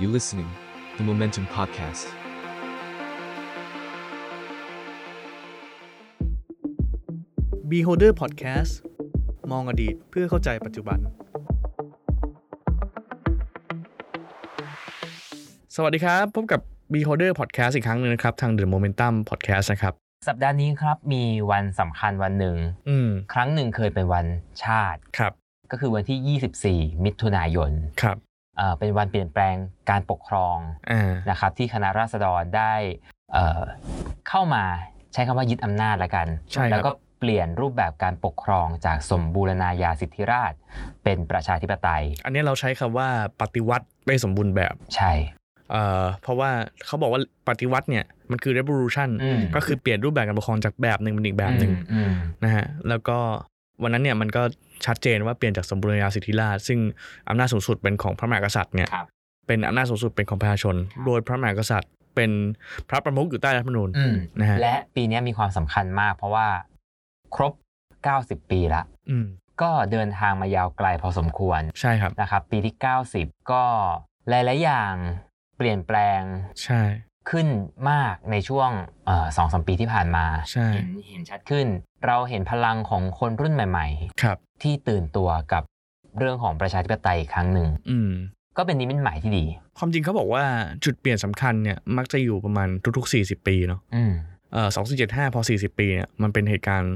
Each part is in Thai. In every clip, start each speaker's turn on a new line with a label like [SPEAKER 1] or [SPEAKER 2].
[SPEAKER 1] You listening, the Momentum Podcast.
[SPEAKER 2] บีโฮเดอร์พอดแคสต์มองอดีตเพื่อเข้าใจปัจจุบัน สวัสดีครับ พบกับ b e h o l d e r Podcast อีกครั้งหนึ่งนะครับ ทาง The Momentum Podcast นะครับ
[SPEAKER 3] สัปดาห์นี้ครับมีวันสำคัญวันหนึ่ง
[SPEAKER 2] อืม
[SPEAKER 3] ครั้งหนึ่งเคยเป็นวันชาติ
[SPEAKER 2] ครับ
[SPEAKER 3] ก็คือวันที่ 24 มิถุนายน
[SPEAKER 2] ครับ
[SPEAKER 3] เอ่อเป็นวันเปลี่ยนแปลงการปกครอง
[SPEAKER 2] อ่า
[SPEAKER 3] นะครับที่คณะราษฎรได้เอ่อเข้ามาใช้คำว่ายึดอำนาจละกัน
[SPEAKER 2] ใช่ครับ
[SPEAKER 3] แล้วก็เปลี่ยนรูปแบบการปกครองจากสมบูรณาญาสิทธิราช เป็นประชาธิปไตย
[SPEAKER 2] อันนี้เราใช้คำว่าปฏิวัติไม่สมบูรณ์แบบ
[SPEAKER 3] ใช่
[SPEAKER 2] เอ่อ เพราะว่าเขาบอกว่าปฏิวัติเนี่ย มันคือ revolution
[SPEAKER 3] อืม
[SPEAKER 2] ก็คือเปลี่ยนรูปแบบการปกครองจากแบบหนึ่งเป็นอีกแบบหนึ่ง
[SPEAKER 3] อืม
[SPEAKER 2] นะฮะแล้วก็วันนั้นเนี่ยมันก็ชัดเจนว่าเปลี่ยนจากสมบูรณาญาสิทธิราชย์ซึ่งอำนาจสูงสุดเป็นของพระมหากษัตริย์เนี่ย
[SPEAKER 3] ครับ
[SPEAKER 2] เป็นอำนาจสูงสุดเป็นของประชาชน
[SPEAKER 3] ครับ
[SPEAKER 2] โดยพระมหากษัตริย์เป็นพระประมุขอยู่ใต้รัฐธรรมนูญ
[SPEAKER 3] อืม
[SPEAKER 2] นะฮะ
[SPEAKER 3] และปีนี้มีความสำคัญมากเพราะว่าครบ 90 ปีละ
[SPEAKER 2] อืม
[SPEAKER 3] ก็เดินทางมายาวไกลพอสมควร
[SPEAKER 2] ใช่ครับ
[SPEAKER 3] นะครับ ปีที่ 90 ก็หลาย ๆ อย่างเปลี่ยนแปลง
[SPEAKER 2] ใช่
[SPEAKER 3] ขึ้นมากในช่วงสองสมปีที่ผ่านมา
[SPEAKER 2] ใช่
[SPEAKER 3] เห็นเห็นชัดขึ้น เราเห็นพลังของคนรุ่นใหม่
[SPEAKER 2] ครับ
[SPEAKER 3] ๆ ที่ตื่นตัวกับเรื่องของประชาธิปไตยอีกครั้งหนึ่ง
[SPEAKER 2] อืม
[SPEAKER 3] ก็เป็นนิมิตหมายที่ดี
[SPEAKER 2] ความจริงเขาบอกว่าจุดเปลี่ยนสำคัญเนี่ยมักจะอยู่ประมาณทุกๆ 40 ปีเนาะ
[SPEAKER 3] อืม
[SPEAKER 2] เอ่อสองสิบเจ็ดห้าพอ 40 ปีเนี่ยมันเป็นเหตุการณ์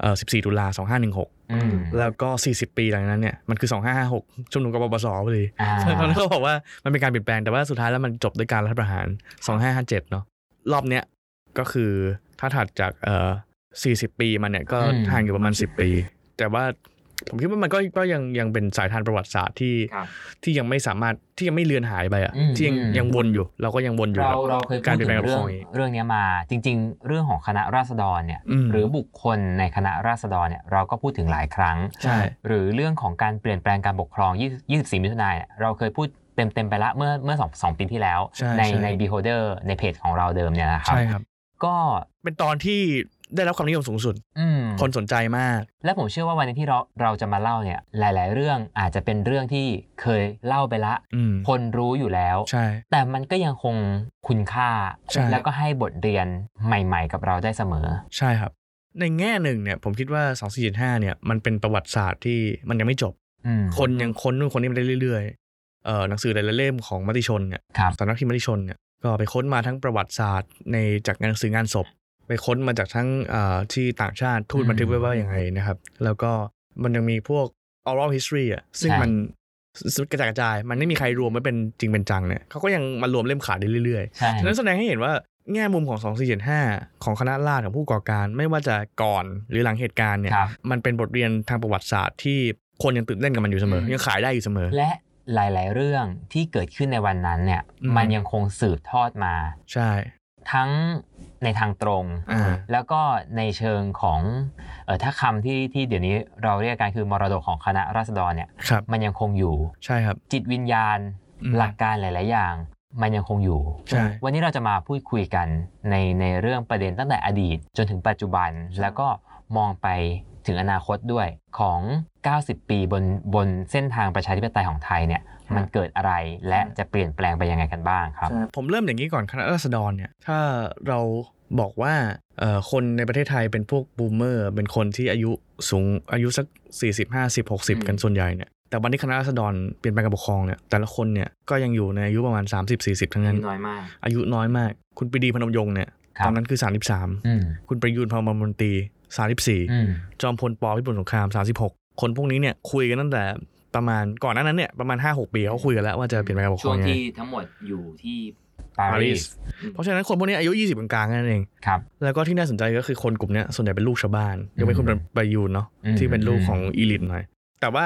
[SPEAKER 2] เอ่อสิบสี่ตุลาสองห้าหนึ่งหก
[SPEAKER 3] อืม
[SPEAKER 2] แล้วก็ 40 ปีหลังจากนั้นเนี่ยมันคือสองห้าห้าหกชุมนุมกบปสพอดี
[SPEAKER 3] อ่า
[SPEAKER 2] ตอนนั้นเขาบอกว่ามันเป็นการเปลี่ยนแปลงแต่ว่าสุดท้ายแล้วมันจบด้วยการรัฐประหาร 2557 เนาะรอบเนี้ยก็คือถ้าถัดจากเอ่อ40 ปีมันเนี่ยก็ห่างอยู่ประมาณ 10 ปี แต่ว่าผมคิดว่ามันก็ก็ยังยังเป็นสายทานประวัติศาสตร์ที่
[SPEAKER 3] ครับ
[SPEAKER 2] ที่ยังไม่สามารถที่ยังไม่เลือนหายไปอ่ะ
[SPEAKER 3] อืม
[SPEAKER 2] ที่ยัง
[SPEAKER 3] อืม
[SPEAKER 2] ยังวนอยู่ เราก็ยังวนอยู่
[SPEAKER 3] เรา
[SPEAKER 2] กับ
[SPEAKER 3] เราเคยพู
[SPEAKER 2] การ
[SPEAKER 3] ด
[SPEAKER 2] เปลี่ยน
[SPEAKER 3] ถึ
[SPEAKER 2] แปลง
[SPEAKER 3] งเรื่อง
[SPEAKER 2] ของคน
[SPEAKER 3] เรื่องเนี้ยมา จริง ๆ เรื่องของคณะราษฎรเนี่ย
[SPEAKER 2] อืม
[SPEAKER 3] หรือบุคคลในคณะราษฎรเนี่ยเราก็พูดถึงหลายครั้ง
[SPEAKER 2] ใช่
[SPEAKER 3] หรือเรื่องของการเปลี่ยนแปลงการปกครอง 20 24 มิถุนายนเนี่ยเราเคยพูดเต็ม ๆ ไปละเมื่อเมื่อสองสองปีที่แล้ว
[SPEAKER 2] ใช่
[SPEAKER 3] ใน
[SPEAKER 2] ช่
[SPEAKER 3] ใน beholder ในเพจของเราเดิมเนี่ยนะครับ
[SPEAKER 2] ใช่ครับ
[SPEAKER 3] ก็
[SPEAKER 2] เป็นตอนที่ได้รับความนิยมสูงสุด
[SPEAKER 3] อืม
[SPEAKER 2] คนสนใจมาก
[SPEAKER 3] และผมเชื่อว่าวันนี้ที่เราเราจะมาเล่าเนี่ยหลาย ๆ เรื่องอาจจะเป็นเรื่องที่เคยเล่าไปละ
[SPEAKER 2] อืม
[SPEAKER 3] คนรู้อยู่แล้ว
[SPEAKER 2] ใช่
[SPEAKER 3] แต่มันก็ยังคงคุณค่า
[SPEAKER 2] ใช่
[SPEAKER 3] แล้วก็ให้บทเรียนใหม่ ๆ กับเราได้เสมอ
[SPEAKER 2] ใช่ครับ ในแง่หนึ่งเนี่ยผมคิดว่า2475เนี่ยมันเป็นประวัติศาสตร์ที่มันยังไม่จบ
[SPEAKER 3] อืม
[SPEAKER 2] คนยังค้นนู่นค้นนี่มาได้เรื่อยๆ เอ่อหนังสือหลายๆเล่มของมติชนเนี่ย
[SPEAKER 3] ครับ
[SPEAKER 2] สำนักพิมพ์มติชนเนี่ยก็ไปค้นมาทั้งประวัติศาสตร์ในจากหนังสืองานศพ ไปค้นมาจากทั้งเอ่อที่ต่างชาติทูต
[SPEAKER 3] อืม
[SPEAKER 2] บันทึกไว้ว่าอย่างไรนะครับ แล้วก็มันยังมีพวก oral history อ่ะซึ่ง
[SPEAKER 3] ใช่
[SPEAKER 2] มันกระจายกระจายมันไม่มีใครรวมไว้เป็นจริงเป็นจังเนี่ยเขาก็ยังมารวมเล่มขายได้เรื่อยๆ
[SPEAKER 3] ใช่
[SPEAKER 2] ฉะนั้นแสดงให้เห็นว่าแง่มุมของ 2475 ของคณะราษฎรของผู้ก่อการ ไม่ว่าจะก่อนหรือหลังเหตุการณ์เนี่ย
[SPEAKER 3] ครับ
[SPEAKER 2] มันเป็นบทเรียนทางประวัติศาสตร์ที่คนยังตื่นเต้นกับมันอยู่เสมอ
[SPEAKER 3] อืม
[SPEAKER 2] ยังขายได้อยู่เสมอ
[SPEAKER 3] และหลาย ๆ เรื่องที่เกิดขึ้นในวันนั้นเนี่ย
[SPEAKER 2] อืม
[SPEAKER 3] มันยังคงสืบทอดมา
[SPEAKER 2] ใช่
[SPEAKER 3] ทั้งในทางตรง
[SPEAKER 2] อ่า
[SPEAKER 3] แล้วก็ในเชิงของเออถ้าคำที่ที่เดี๋ยวนี้เราเรียกกันคือมรดกของคณะราษฎรเนี่ย
[SPEAKER 2] ครับ
[SPEAKER 3] มันยังคงอยู่
[SPEAKER 2] ใช่ครับ
[SPEAKER 3] จิตวิญญาณ
[SPEAKER 2] อืม
[SPEAKER 3] หลักการหลาย ๆ อย่าง มันยังคงอยู่
[SPEAKER 2] ใช่
[SPEAKER 3] วันนี้เราจะมาพูดคุยกันในในเรื่องประเด็นตั้งแต่อดีต จนถึงปัจจุบันแล้วก็มองไปถึงอนาคตด้วยของ 90 ปีบนบนเส้นทางประชาธิปไตยของไทยเนี่ยมันเกิดอะไรและจะเปลี่ยนแปลงไปยังไงกันบ้างครับ
[SPEAKER 2] ผมเริ่มอย่างนี้ก่อนคณะราษฎรเนี่ยถ้าเราบอกว่าเอ่อคนในประเทศไทยเป็นพวกบูมเมอร์ เป็นคนที่อายุสูงอายุสัก 40 50
[SPEAKER 3] ม
[SPEAKER 2] 60 กันส่วนใหญ่เนี่ยแต่วันนี้คณะราษฎรเปลี่ยนแปลงการปกครองเนี่ยแต่ละคนเนี่ยก็ยังอยู่ในอายุประมาณ 30-40 ทั้งนั้น
[SPEAKER 3] น้อยมาก
[SPEAKER 2] อายุน้อยมาก คุณปรีดีพนมยงค์เนี่ย
[SPEAKER 3] ครับ
[SPEAKER 2] ตอนนั้นคือ 33
[SPEAKER 3] อืม
[SPEAKER 2] คุณประยูนพรหมมนตรี
[SPEAKER 3] อืม
[SPEAKER 2] 34 จอมพลปพิบูลสงคราม 36 คนพวกนี้เนี่ยคุยกันตั้งแต่ประมาณก่อนหน้านั้นเนี่ยประมาณ 5-6 ปีเขาคุยกันแล้วว่าจะเปลี่ยนแปลงการปกครองยังไง
[SPEAKER 3] ทั้งหมดอยู่ที่
[SPEAKER 2] ปารีส เพราะฉะนั้นคนพวกนี้อายุ 20 กลางๆนั่นเอง
[SPEAKER 3] ครับ
[SPEAKER 2] แล้วก็ที่น่าสนใจก็คือคนกลุ่มเนี้ยส่วนใหญ่เป็นลูกชาวบ้านยกเว้นคุณประยูนเนาะ
[SPEAKER 3] อืม
[SPEAKER 2] ที่เป็นลูกของอีลิทหน่อย แต่ว่า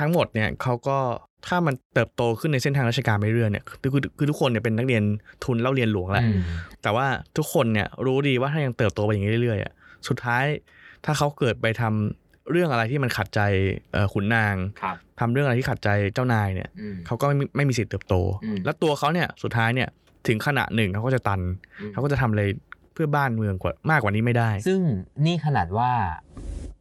[SPEAKER 2] ทั้งหมดเนี่ยเขาก็ถ้ามันเติบโตขึ้นในเส้นทางราชการไปเรื่อยเนี่ยคือคือคือทุกคนเนี่ยเป็นนักเรียนทุนเล่าเรียนหลวงแหละ
[SPEAKER 3] อืม
[SPEAKER 2] แต่ว่าทุกคนเนี่ยรู้ดีว่าถ้ายังเติบโตไปอย่างนี้เรื่อยๆอะสุดท้ายถ้าเขาเกิดไปทำเรื่องอะไรที่มันขัดใจเอ่อขุนนาง
[SPEAKER 3] ครับ
[SPEAKER 2] ทำเรื่องอะไรที่ขัดใจเจ้านายเนี่ย
[SPEAKER 3] อืม
[SPEAKER 2] เขาก็ไม่มีไม่มีสิทธิ์เติบโต
[SPEAKER 3] อืม
[SPEAKER 2] และตัวเขาเนี่ยสุดท้ายเนี่ยถึงขณะหนึ่งเขาก็จะตันเขาก็จะทำอะไรเพื่อบ้านเมืองกว่ามากกว่านี้ไม่ได้
[SPEAKER 3] ซึ่งนี่ขนาดว่า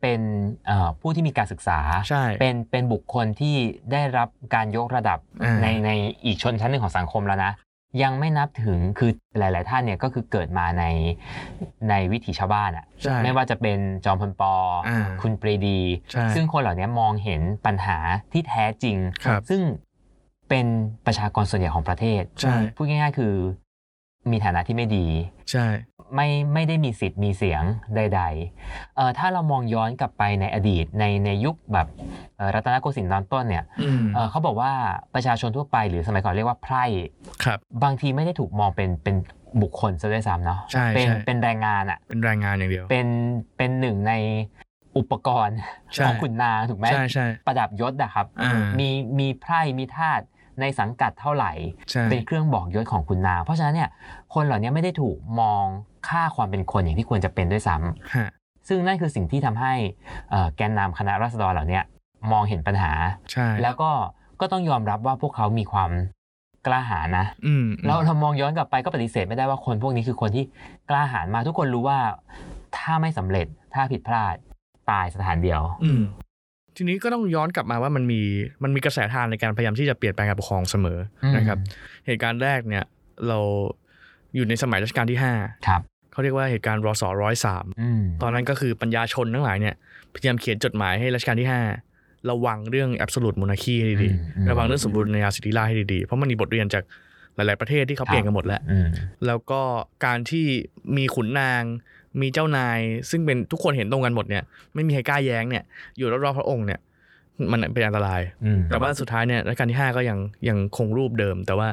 [SPEAKER 3] เป็นเอ่อผู้ที่มีการศึกษา
[SPEAKER 2] ใช่
[SPEAKER 3] เป็นเป็นบุคคลที่ได้รับการยกระดับ
[SPEAKER 2] อ่า
[SPEAKER 3] ในในอีกชนชั้นหนึ่งของสังคมแล้วนะ ยังไม่นับถึงคือหลาย ๆ ท่านเนี่ยก็คือเกิดมาในในวิถีชาวบ้านอะ
[SPEAKER 2] ใช่
[SPEAKER 3] ไม่ว่าจะเป็นจอมพลปออา คุณปรีดี
[SPEAKER 2] ใช่
[SPEAKER 3] ซึ่งคนเหล่านี้มองเห็นปัญหาที่แท้จริง
[SPEAKER 2] ครับ
[SPEAKER 3] ซึ่งเป็นประชากรส่วนใหญ่ของประเทศ
[SPEAKER 2] ใช่
[SPEAKER 3] พูดง่าย ๆ คือมีฐานะที่ไม่ดี
[SPEAKER 2] ใช่
[SPEAKER 3] ไม่ไม่ได้มีสิทธิ์มีเสียงใดๆเอ่อถ้าเรามองย้อนกลับไปในอดีตในในยุคแบบเอ่อรัตนโกสินทร์ตอนต้นเนี่ย
[SPEAKER 2] อืม
[SPEAKER 3] เอ่อเขาบอกว่าประชาชนทั่วไปหรือสมัยก่อนเรียกว่าไพร่
[SPEAKER 2] ครับ
[SPEAKER 3] บางทีไม่ได้ถูกมองเป็นเป็นบุคคลซะด้วยซ้ำเนาะ
[SPEAKER 2] ใช่
[SPEAKER 3] เป็น
[SPEAKER 2] ใช่
[SPEAKER 3] เป็นแรงงานอะ่ะ
[SPEAKER 2] เป็นแรงงานอย่างเดียว
[SPEAKER 3] เป็นเป็นหนึ่งในอุปกรณ์
[SPEAKER 2] ใช่
[SPEAKER 3] ของขุนนางถูกไหม
[SPEAKER 2] ใช่ใช่
[SPEAKER 3] ประดับยศนะครับ
[SPEAKER 2] อ่ามี
[SPEAKER 3] มีมีไพร่มีทาสในสังกัดเท่าไหร่
[SPEAKER 2] ใช่
[SPEAKER 3] เป็นเครื่องบอกยศของคุณนางเพราะฉะนั้นเนี่ยคนเหล่านี้ไม่ได้ถูกมองค่าความเป็นคนอย่างที่ควรจะเป็นด้วยซ้ำ
[SPEAKER 2] ฮะ
[SPEAKER 3] ซึ่งนั่นคือสิ่งที่ทำให้เอ่อแกนนำคณะราษฎรเหล่านี้มองเห็นปัญหา
[SPEAKER 2] ใช่
[SPEAKER 3] แล้วก็ก็ต้องยอมรับว่าพวกเขามีความกล้าหาญนะ
[SPEAKER 2] อืม
[SPEAKER 3] เราเรามองย้อนกลับไปก็ปฏิเสธไม่ได้ว่าคนพวกนี้คือคนที่กล้าหาญมากทุกคนรู้ว่าถ้าไม่สำเร็จถ้าผิดพลาดตายสถานเดียว
[SPEAKER 2] อืมทีนี้ก็ต้องย้อนกลับมาว่ามันมีมันมีกระแสทางในการพยายามที่จะเปลี่ยนแปลงการปกครองเสมออ
[SPEAKER 3] ม
[SPEAKER 2] นะครับ เหตุการณ์แรกเนี่ย เราอยู่ในสมัยรัชกาลที่ห้า
[SPEAKER 3] ครับ
[SPEAKER 2] เขาเรียกว่าเหตุการณ์รศร้อยสาม
[SPEAKER 3] อืม
[SPEAKER 2] ตอนนั้นก็คือปัญญาชนทั้งหลายเนี่ยพยายามเขียนจดหมายให้รัชกาลที่ 5 ระวังเรื่อง absolute monarchy ให้ดี
[SPEAKER 3] อืม
[SPEAKER 2] ๆ ระวังเรื่องสมบูรณาญาสิทธิราชย์ให้ดีๆ เพราะมันมีบทเรียนจากหลาย ๆ ประเทศที่เขา
[SPEAKER 3] ครับ
[SPEAKER 2] เปลี่ยนกันหมดแล้ว
[SPEAKER 3] อืม
[SPEAKER 2] แล้วก็การที่มีขุนนาง มีเจ้านาย ซึ่งเป็นทุกคนเห็นตรงกันหมดเนี่ยไม่มีใครกล้าแย้งเนี่ยอยู่รอบๆพระองค์เนี่ยมันเป็นอันตราย
[SPEAKER 3] อืม
[SPEAKER 2] แต่ว่าสุดท้ายเนี่ยรัชกาลที่ 5 ก็ยังยังคงรูปเดิม แต่ว่า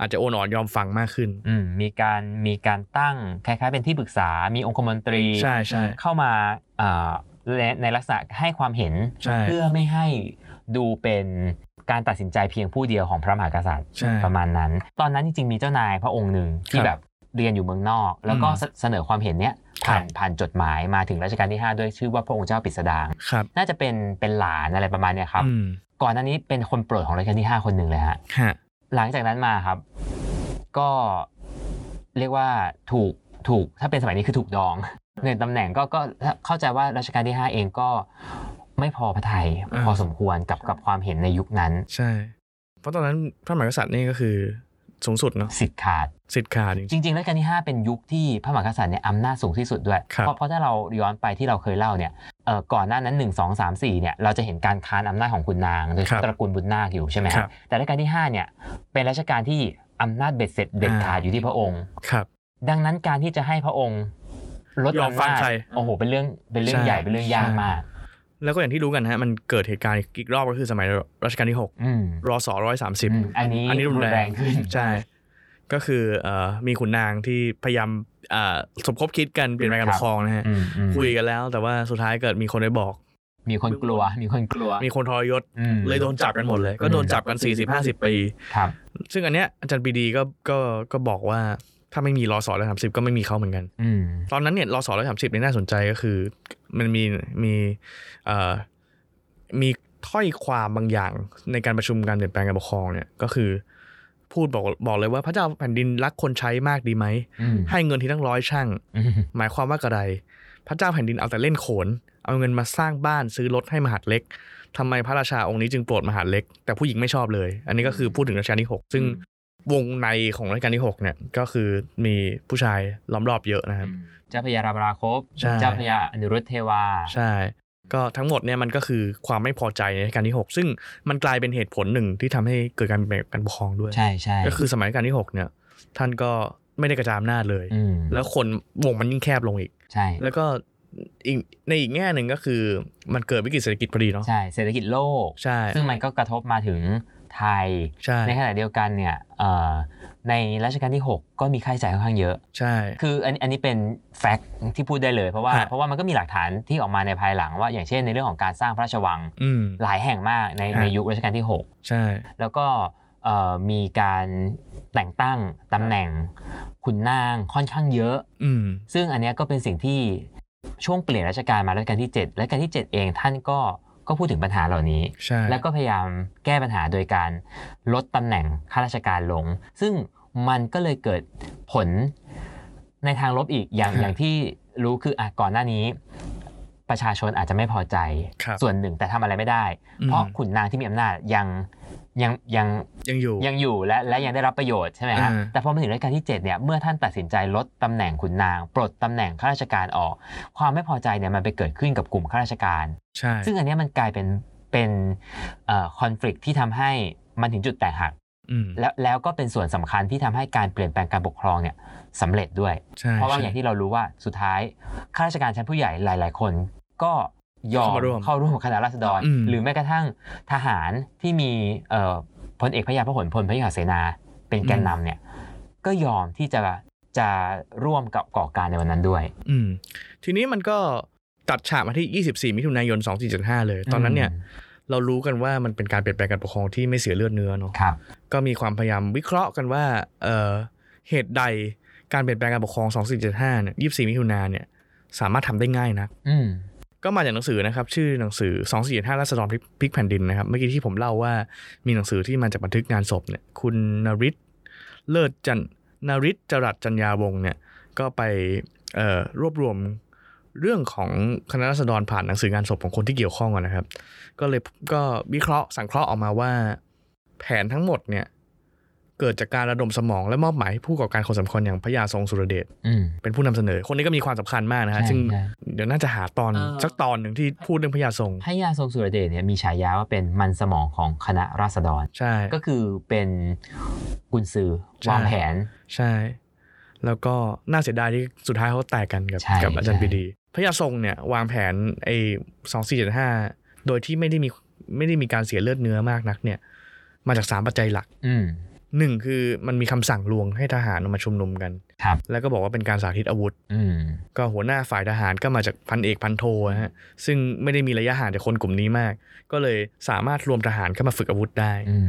[SPEAKER 2] อาจจะโอนอ่อนยอมฟังมากขึ้น
[SPEAKER 3] อืมมีการมีการตั้งคล้ายๆ เป็นที่ปรึกษา มีองคมนตรี
[SPEAKER 2] ใช่ใช่
[SPEAKER 3] เข้ามาเอ่อในในลักษณะให้ความเห็น
[SPEAKER 2] ใช่
[SPEAKER 3] เพื่อไม่ให้ดูเป็นการตัดสินใจเพียงผู้เดียวของพระมหากษัตริย์
[SPEAKER 2] ใช่
[SPEAKER 3] ประมาณนั้น ตอนนั้นจริงๆมีเจ้านายพระองค์หนึ่งที่
[SPEAKER 2] ครับ
[SPEAKER 3] แบบเรียนอยู่เมืองนอก แล้วก็
[SPEAKER 2] อืม
[SPEAKER 3] เสเสนอความเห็นเนี้ย
[SPEAKER 2] ครั
[SPEAKER 3] ผ่า
[SPEAKER 2] บ
[SPEAKER 3] นผ่านจดหมายมาถึงรัชกาลที่ 5 ด้วยชื่อว่าพระองค์เจ้าปิสดาง
[SPEAKER 2] ครับ
[SPEAKER 3] น่าจะเป็นเป็นหลานอะไรประมาณเนี้ยครับ
[SPEAKER 2] อืม
[SPEAKER 3] ก่อนหน้านี้เป็นคนโปรดของรัชกาลที่ 5 คนหนึ่งเลยฮะ
[SPEAKER 2] ฮะ
[SPEAKER 3] หลังจากนั้นมาครับ ก็เรียกว่าถูกถูกถ้าเป็นสมัยนี้คือถูกดอง ในตำแหน่งก็ก็เข้าใจว่ารัชกาลที่ 5 เองก็ไม่พอพระไทยพอสมควรกับกับความเห็นในยุคนั้น
[SPEAKER 2] ใช่ เพราะตอนนั้นพระมหากษัตริย์นี่ก็คือสูงสุดเนาะ
[SPEAKER 3] สิทธิ์ขาด
[SPEAKER 2] สิทธิ์ขาดจริง
[SPEAKER 3] จริงๆรัชกาลที่ 5 เป็นยุคที่พระมหากษัตริย์เนี่ยอำนาจสูงที่สุดด้วย
[SPEAKER 2] ครับ
[SPEAKER 3] เพราะเพราะถ้าเราย้อนไปที่เราเคยเล่าเนี่ยเอ่อก่อนหน้านั้น 1 2 3 4เนี่ยเราจะเห็นการค้านอำนาจของคุณนางโดย
[SPEAKER 2] ครับ
[SPEAKER 3] ตระกูลบุญนาคอยู่ใช่ไหมฮะ
[SPEAKER 2] ครับ
[SPEAKER 3] แต่รัชกาลที่5เนี่ยเป็นรัชกาลที่อำนาจเบ็ดเสร็จเด็ดขาดอยู่ที่พระองค์
[SPEAKER 2] ครับ
[SPEAKER 3] ดังนั้นการที่จะให้พระองค์ลด
[SPEAKER 2] ยอมฟัง
[SPEAKER 3] ำนาจ
[SPEAKER 2] ใคร
[SPEAKER 3] โอ้โห เป็นเรื่องเป็นเรื่อง
[SPEAKER 2] ใช่
[SPEAKER 3] ใหญ่เป็นเรื่องยากมาก
[SPEAKER 2] แล้วก็อย่างที่รู้กันฮะมันเกิดเหตุการณ์อีกรอบก็คือสมัยรัชกาลที่หก
[SPEAKER 3] อืม
[SPEAKER 2] รศร้อยสามสิบ
[SPEAKER 3] อืมอันนี้
[SPEAKER 2] อันนี้รุนแรง
[SPEAKER 3] ขึ้น
[SPEAKER 2] ใช่ ก็คือเอ่อมีขุนนางที่พยายามเอ่อสมคบคิดกันเปลี่ยนแปลงการ
[SPEAKER 3] ค
[SPEAKER 2] ป
[SPEAKER 3] รับ
[SPEAKER 2] กครองนะฮะ
[SPEAKER 3] อืมอืม
[SPEAKER 2] คุยกันแล้วแต่ว่าสุดท้ายเกิดมีคนไปบอก
[SPEAKER 3] มีคนกลัว มีคนกลัว
[SPEAKER 2] มีคนทรยศ
[SPEAKER 3] อืม
[SPEAKER 2] เลยโดนจับกันหมดเลย ก็โดนจับกัน 40-50 ปี
[SPEAKER 3] ครับ
[SPEAKER 2] ซึ่งอันเนี้ยอาจารย์ปรีดีก็ก็ก็บอกว่าถ้าไม่มีรศร้อยสามสิบก็ไม่มีเขาเหมือนกัน
[SPEAKER 3] อืม
[SPEAKER 2] ตอนนั้นเนี่ยรอสอร้อยสามสิบเนี่ยน่าสนใจก็คือ มันมีมีเอ่อมีถ้อยความบางอย่างในการประชุมการเปลี่ยนแปลงการปกครองเนี่ยก็คือ พูดบอกบอกเลยว่าพระเจ้าแผ่นดินรักคนใช้มากดีไหม
[SPEAKER 3] อืม
[SPEAKER 2] ให้เงินทีตั้งร้อยช่าง
[SPEAKER 3] อืม
[SPEAKER 2] หมายความว่ากระไร พระเจ้าแผ่นดินเอาแต่เล่นโขน เอาเงินมาสร้างบ้านซื้อรถให้มหาดเล็กทำไมพระราชาองค์นี้จึงโปรดมหาดเล็ก แต่ผู้หญิงไม่ชอบเลย อันนี้ก็คือพูดถึงรัชกาลที่หกซึ่งวงในของรัชกาลที่หกเนี่ยก็คือมีผู้ชายล้อมรอบเยอะนะครับ
[SPEAKER 3] เจ้าพญาราบราคบ
[SPEAKER 2] ใช่
[SPEAKER 3] เจ้าพญาอนุรุทธเทวา
[SPEAKER 2] ใช่ ก็ทั้งหมดเนี่ยมันก็คือความไม่พอใจในรัชกาลที่ 6 ซึ่งมันกลายเป็นเหตุผลหนึ่งที่ทำให้เกิดการเปลี่ยนแปลงการปกครองด้วย
[SPEAKER 3] ใช่ใช่
[SPEAKER 2] ก็คือสมัยรัชกาลที่ 6 เนี่ย ท่านก็ไม่ได้กระจายอำนาจเลย
[SPEAKER 3] ม
[SPEAKER 2] แล้วคนวงมันยิ่งแคบลงอีก
[SPEAKER 3] ใช่
[SPEAKER 2] แล้วก็อีกในอีกแง่หนึ่งก็คือมันเกิดวิกฤตเศรษฐกิจพอดีเนาะ
[SPEAKER 3] ใช่ เศรษฐกิจโลก
[SPEAKER 2] ใช่
[SPEAKER 3] ซึ่งมันก็กระทบมาถึงไทย
[SPEAKER 2] ใช่
[SPEAKER 3] ในขณะเดียวกันเนี่ยเอ่อในรัชกาลที่ 6 ก็มีค่าใช้จ่ายค่อนข้างเยอะ
[SPEAKER 2] ใช่
[SPEAKER 3] คืออันอันนี้เป็นแฟกต์ที่พูดได้เลยเพราะว่า
[SPEAKER 2] ฮะ
[SPEAKER 3] เพราะว่ามันก็มีหลักฐานที่ออกมาในภายหลังว่าอย่างเช่นในเรื่องของการสร้างพระราชวัง
[SPEAKER 2] อืม
[SPEAKER 3] หลายแห่งมากใน
[SPEAKER 2] ฮะ
[SPEAKER 3] ในยุครัชกาลที่
[SPEAKER 2] ใช่
[SPEAKER 3] 6 แล้วก็เอ่อมีการแต่งตั้งตำแหน่งขุนนางค่อนข้างเยอะ
[SPEAKER 2] อืม
[SPEAKER 3] ซึ่งอันเนี้ยก็เป็นสิ่งที่ช่วงเปลี่ยนรัชกาลมารัชกาลที่ 7 รัชกาลที่ 7 เองท่านก็ก็พูดถึงปัญหาเหล่านี้
[SPEAKER 2] ใช่
[SPEAKER 3] แล้วก็พยายามแก้ปัญหาโดยการลดตำแหน่งข้าราชการลง ซึ่งมันก็เลยเกิดผลในทางลบอีกอย่างอย่างที่รู้คืออ่ะก่อนหน้านี้ ประชาชนอาจจะไม่พอใจ
[SPEAKER 2] ครับ
[SPEAKER 3] ส่วนหนึ่งแต่ทำอะไรไม่ได้
[SPEAKER 2] อืม
[SPEAKER 3] เพราะขุนนางที่มีอำนาจยังยังยัง
[SPEAKER 2] ยังอยู่
[SPEAKER 3] ยังอยู่และและยังได้รับประโยชน์ใช่ไหมฮะ
[SPEAKER 2] อ่า
[SPEAKER 3] แต่พอมาถึงรัชกาลที่7เนี่ยเมื่อท่านตัดสินใจลดตำแหน่งขุนนาง ปลดตำแหน่งข้าราชการออก ความไม่พอใจเนี่ยมันไปเกิดขึ้นกับกลุ่มข้าราชการ
[SPEAKER 2] ใช่
[SPEAKER 3] ซึ่งอันเนี้ยมันกลายเป็นเป็นคอน FLICT ที่ทำให้มันถึงจุดแตกหัก
[SPEAKER 2] อืม
[SPEAKER 3] แล้วแล้วก็เป็นส่วนสำคัญที่ทำให้การเปลี่ยนแปลงการปกครองเนี่ยสำเร็จด้วย
[SPEAKER 2] ใช่
[SPEAKER 3] เพราะว่า
[SPEAKER 2] ใช่
[SPEAKER 3] อย่างที่เรารู้ว่าสุดท้ายข้าราชการชั้นผู้ใหญ่หลาย ๆ คนก็ยอม
[SPEAKER 2] เข้ามาร่วม
[SPEAKER 3] เข้าร่วมกับคณะราษฎร
[SPEAKER 2] อืม
[SPEAKER 3] หรือแม้กระทั่งทหารที่มีเอ่อพลเอกพระยาพหลพลพระยาเสนา เป็นแกนนำเนี่ยก็ยอมที่จะจะร่วมกับก่อการในวันนั้นด้วย
[SPEAKER 2] อืมทีนี้มันก็ตัดฉากมาที่ 24 มิถุนายน 2475 เลย ตอนนั้นเนี่ย เรารู้กันว่ามันเป็นการเปลี่ยนแปลงการปกครองที่ไม่เสียเลือดเนื้อเนาะ
[SPEAKER 3] ครับ
[SPEAKER 2] ก็มีความพยายามวิเคราะห์กันว่าเอ่อเหตุใดการเปลี่ยนแปลงการปกครอง 2475 เนี่ย 24 มิถุนายนเนี่ย สามารถทำได้ง่ายนะ
[SPEAKER 3] อืม
[SPEAKER 2] ก็มาจากหนังสือนะครับ ชื่อหนังสือ 2475รัษฎรพลิกพลิกแผ่นดินนะครับ เมื่อกี้ที่ผมเล่าว่ามีหนังสือที่มาจากบันทึกงานศพเนี่ย คุณนริศเลิศจันนริศจรัสจัญญาวงศ์เนี่ย ก็ไปเอ่อรวบรวมเรื่องของคณะรัษฎรผ่านหนังสืองานศพของคนที่เกี่ยวข้องอะนะครับ ก็เลยก็วิเคราะห์สังเคราะห์ออกมาว่า แผนทั้งหมดเนี่ยเกิดจากการระดมสมองและมอบหมายให้ผู้ก่อการคนสำคัญอย่างพระยาทรงสุรเดช
[SPEAKER 3] อืม
[SPEAKER 2] เป็นผู้นำเสนอ คนนี้ก็มีความสำคัญมากนะฮะ
[SPEAKER 3] ใช่
[SPEAKER 2] ซึ่ง
[SPEAKER 3] ใช่
[SPEAKER 2] เดี๋ยวน่าจะหาตอน
[SPEAKER 3] เออ
[SPEAKER 2] สักตอนหนึ่งที่พูดเรื่องพญาทรง
[SPEAKER 3] พระยาทรงสุรเดชเนี่ยมีฉายาว่าเป็นมันสมองของคณะราษฎร
[SPEAKER 2] ใช่
[SPEAKER 3] ก็คือเป็นกุญสือ
[SPEAKER 2] ใช่
[SPEAKER 3] วางแผน
[SPEAKER 2] ใช่ แล้วก็น่าเสียดายที่สุดท้ายเขาแตกกันกับ
[SPEAKER 3] ใช่
[SPEAKER 2] กับอาจารย์
[SPEAKER 3] ใช่
[SPEAKER 2] ปรีดีพญาทรงเนี่ยวางแผนไอ้สองสี่เจ็ดห้าโดยที่ไม่ได้มีไม่ได้มีการเสียเลือดเนื้อมากนักเนี่ย มาจากสามปัจจัยหลัก
[SPEAKER 3] อืม
[SPEAKER 2] หนึ่งคือมันมีคำสั่งลวงให้ทหารออกมาชุมนุมกัน
[SPEAKER 3] ครับ
[SPEAKER 2] แล้วก็บอกว่าเป็นการสาธิตอาวุธ
[SPEAKER 3] อืม
[SPEAKER 2] ก็หัวหน้าฝ่ายทหารก็มาจากพันเอกพันโทนะฮะซึ่งไม่ได้มีระยะห่างจากคนกลุ่มนี้มาก ก็เลยสามารถรวมทหารเข้ามาฝึกอาวุธได้
[SPEAKER 3] อืม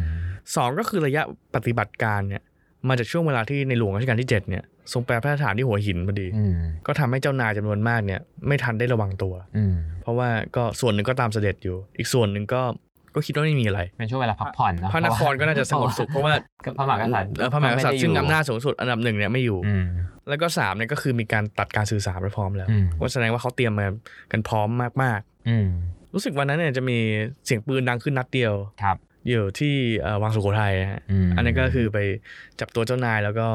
[SPEAKER 2] สองก็คือระยะปฏิบัติการเนี่ยมาจากช่วงเวลาที่ในหลวงรัชกาลที่ 7 เนี่ยทรงแปรพระราชฐานที่หัวหินพอดี
[SPEAKER 3] อืม
[SPEAKER 2] ก็ทำให้เจ้านายจำนวนมากเนี่ยไม่ทันได้ระวังตัว
[SPEAKER 3] อืม
[SPEAKER 2] เพราะว่าก็ส่วนหนึ่งก็ตามเสด็จอยู่ อีกส่วนหนึ่งก็ก็คิดว่าไม่มีอะไร
[SPEAKER 3] เป็นช่วงเวลาพักผ่อนเนอะ
[SPEAKER 2] พระนครก็น่าจะสงบสุขเพราะว่า
[SPEAKER 3] พระมหากษัตริย์
[SPEAKER 2] เออพระมหากษัตริย์ซึ่ง
[SPEAKER 3] ไม่
[SPEAKER 2] อำ
[SPEAKER 3] ได้ยู่
[SPEAKER 2] นาจสูงสุดอันดับหนึ่งเนี่ยไม่อยู่
[SPEAKER 3] อืม
[SPEAKER 2] แล้วก็สามเนี่ยก็คือมีการตัดการสื่อสารไปพร้อมแล้ว
[SPEAKER 3] อืม
[SPEAKER 2] ก็แสดงว่าเขาเตรียมมากันพร้อมมาก
[SPEAKER 3] อืม
[SPEAKER 2] ๆ รู้สึกวันนั้นเนี่ยจะมีเสียงปืนดังขึ้นนัดเดียว
[SPEAKER 3] ครับ
[SPEAKER 2] อยู่ที่เอ่อวังสุโขทัยนะฮะ
[SPEAKER 3] อืม
[SPEAKER 2] อันนั้นก็คือไปจับตัวเจ้านายแล้วก็